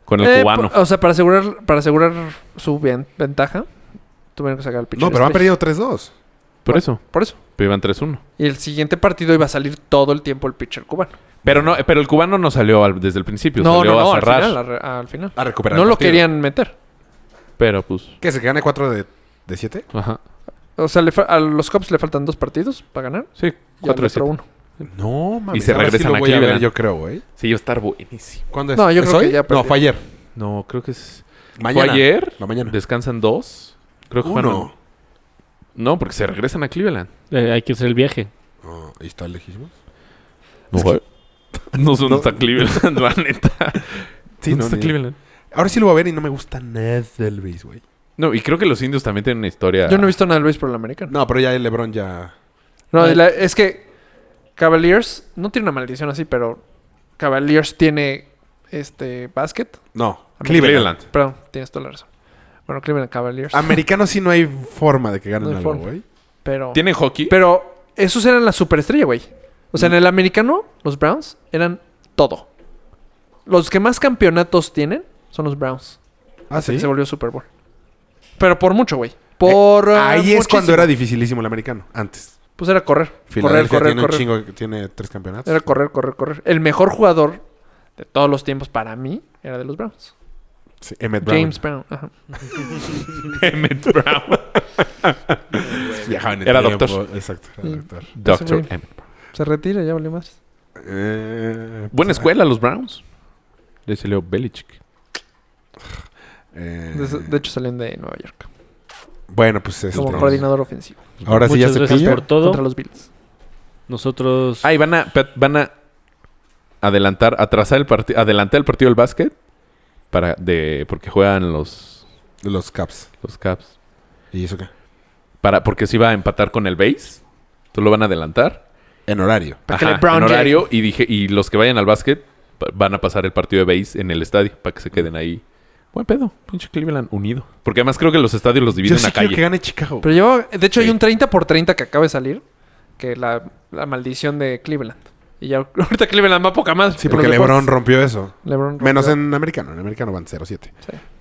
E: Con el
A: Eh,
E: cubano.
A: pa- O sea, para asegurar, para asegurar su ven- ventaja, tuvieron que sacar el pitcher
D: No, pero han
A: stretch.
D: perdido 3-2.
E: Por eso.
A: Por eso.
E: Pero iban 3-1.
A: Y el siguiente partido iba a salir todo el tiempo el pitcher cubano.
E: Pero no, pero el cubano no salió al- desde el principio,
A: No,
E: Pues salió
A: no, no,
E: a
A: al
E: cerrar.
A: final. al re- al final.
D: A recuperar
A: No
D: el
A: lo
D: partido.
A: querían meter.
E: Pero pues,
D: ¿Que se gane 4 de, de 7?
E: ajá.
A: O sea, le fa- a los Cubs le faltan dos partidos para ganar.
E: Sí,
A: Y al
E: 4
A: otro uno.
D: No, mames.
E: Y se
D: ahora
E: regresan
D: sí
E: a
D: lo voy a ver,
E: Cleveland.
D: yo creo, güey.
E: Sí, iba a estar buenísimo.
D: ¿Cuándo es?
A: No, yo
D: ¿Es
A: creo que
D: hoy?
A: ya
D: No,
A: perdió.
D: fue ayer.
E: No, creo que es...
D: Mañana.
E: Fue ayer.
D: No, mañana.
E: Descansan dos. Creo que
D: Uno.
E: fueron... No, porque se regresan a Cleveland.
F: Eh, hay que hacer el viaje.
D: Oh, ¿Y está lejísimos?
E: No,
D: Es que-
E: no sé dónde
D: No.
E: está Cleveland, la neta.
D: Sí,
E: ¿Dónde
D: no,
E: está
D: ni-
E: Cleveland?
D: Ahora sí lo voy a ver y no me gusta nada el Luis, güey.
E: No, y creo que los indios también tienen una historia...
A: Yo no he visto nada del béisbol americano.
D: No, pero ya el LeBron ya...
A: No,
E: Eh.
F: Ay.
A: la- es que Cavaliers no tiene una maldición así, pero Cavaliers tiene este básquet.
D: No.
E: Cleveland.
A: Perdón, tienes toda la razón. Bueno, Cleveland Cavaliers.
D: Americano sí no hay forma de que ganen
A: No hay
D: algo,
A: forma.
D: güey.
A: Pero,
E: ¿Tienen hockey?
A: pero esos eran la superestrella, güey. O
E: Mm.
A: sea, en el americano, los Browns eran todo. Los que más campeonatos tienen son los Browns.
D: Ah,
A: Hasta que
D: sí.
A: Se volvió Super Bowl. Pero por mucho, güey. Por. eh,
D: Ahí es
A: muchísimo.
D: cuando era dificilísimo el americano. Antes.
A: Pues era correr. Correr,
D: Filadelfia
A: correr,
D: tiene un
A: correr.
D: chingo que tiene tres campeonatos.
A: Era correr, correr, correr. El mejor jugador de todos los tiempos para mí era de los Browns.
D: Sí, Emmett Brown.
A: James Brown. ajá.
E: Emmett Brown.
D: Viajaba en el
E: Era
D: tiempo.
E: doctor.
D: Exacto, era
A: Sí.
D: doctor.
E: Doctor
A: güey.
E: Emmett.
A: Se retira, ya valió más.
D: Eh,
E: Buena
D: pues,
E: escuela, los Browns. Le salió Belichick.
D: eh,
A: De, de hecho, salían de Nueva York.
D: bueno, pues es
A: Como coordinador ofensivo.
D: Ahora sí ya
F: Muchas
D: se
F: gracias
D: pilla.
F: por todo.
A: Contra los Bills.
F: Nosotros...
E: Ah, y van a, pe- van a adelantar, atrasar el partido, adelantar el partido del básquet para de porque juegan los
D: De los Caps.
E: los Caps.
D: ¿Y eso qué?
E: Para porque se iba a empatar con el base. Tú lo van a adelantar.
D: En horario.
A: Para que
E: Ajá,
A: le Brown
E: en horario y dije y los que vayan al básquet pa- van a pasar el partido de base en el estadio para que se queden ahí. Buen pedo, pinche Cleveland unido. Porque además creo que los estadios los dividen
D: Yo sí
E: a
D: quiero
E: calle.
D: que gane Chicago.
A: Pero llevaba. De hecho, hay
E: Sí.
A: un 30 por 30 que acaba de salir. Que la, la maldición de Cleveland. Y ya ahorita Cleveland va poca más.
D: Sí, porque LeBron rompió eso.
A: LeBron
D: Menos
A: rompió.
D: en americano. En americano van 0-7.
A: Sí.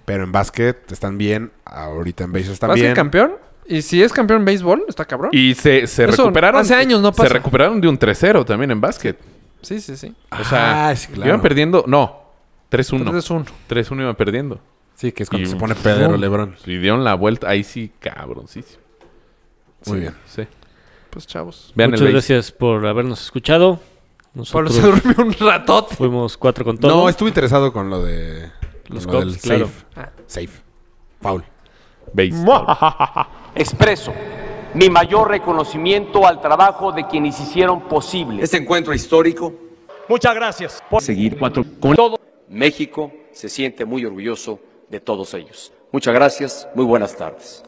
D: Pero en básquet están bien. Ahorita en béisbol están
A: Va a ser
D: bien.
A: campeón. Y si es campeón en béisbol, está cabrón.
E: Y se, se
A: Eso
E: recuperaron.
A: hace años no
E: Se
A: pasa.
E: recuperaron de un 3-0 también en básquet.
A: Sí, sí, sí.
E: O sea,
D: Ah, sí, claro.
E: iban perdiendo. No, 3-1.
A: 3-1.
E: 3-1 iban perdiendo.
D: Sí, que es cuando
E: Y-
D: se pone Pedro LeBron.
E: Y dieron la vuelta. Ahí sí, cabroncísimo.
D: Muy bien.
E: Sí.
A: Pues chavos.
E: Vean
F: Muchas
E: el base.
F: gracias por habernos escuchado.
A: Pablo se
F: Nosotros
A: durmió un ratote.
F: fuimos cuatro con todo.
D: No, estuve interesado con lo de...
F: Los
D: con lo
F: Cubs, claro.
D: safe.
A: Ah.
D: Safe. Paul.
E: Base.
G: expreso mi mayor reconocimiento al trabajo de quienes hicieron posible
H: Este encuentro histórico,
B: Muchas gracias.
H: seguir cuatro con todo. México se siente muy orgulloso de todos ellos. Muchas gracias, muy buenas tardes.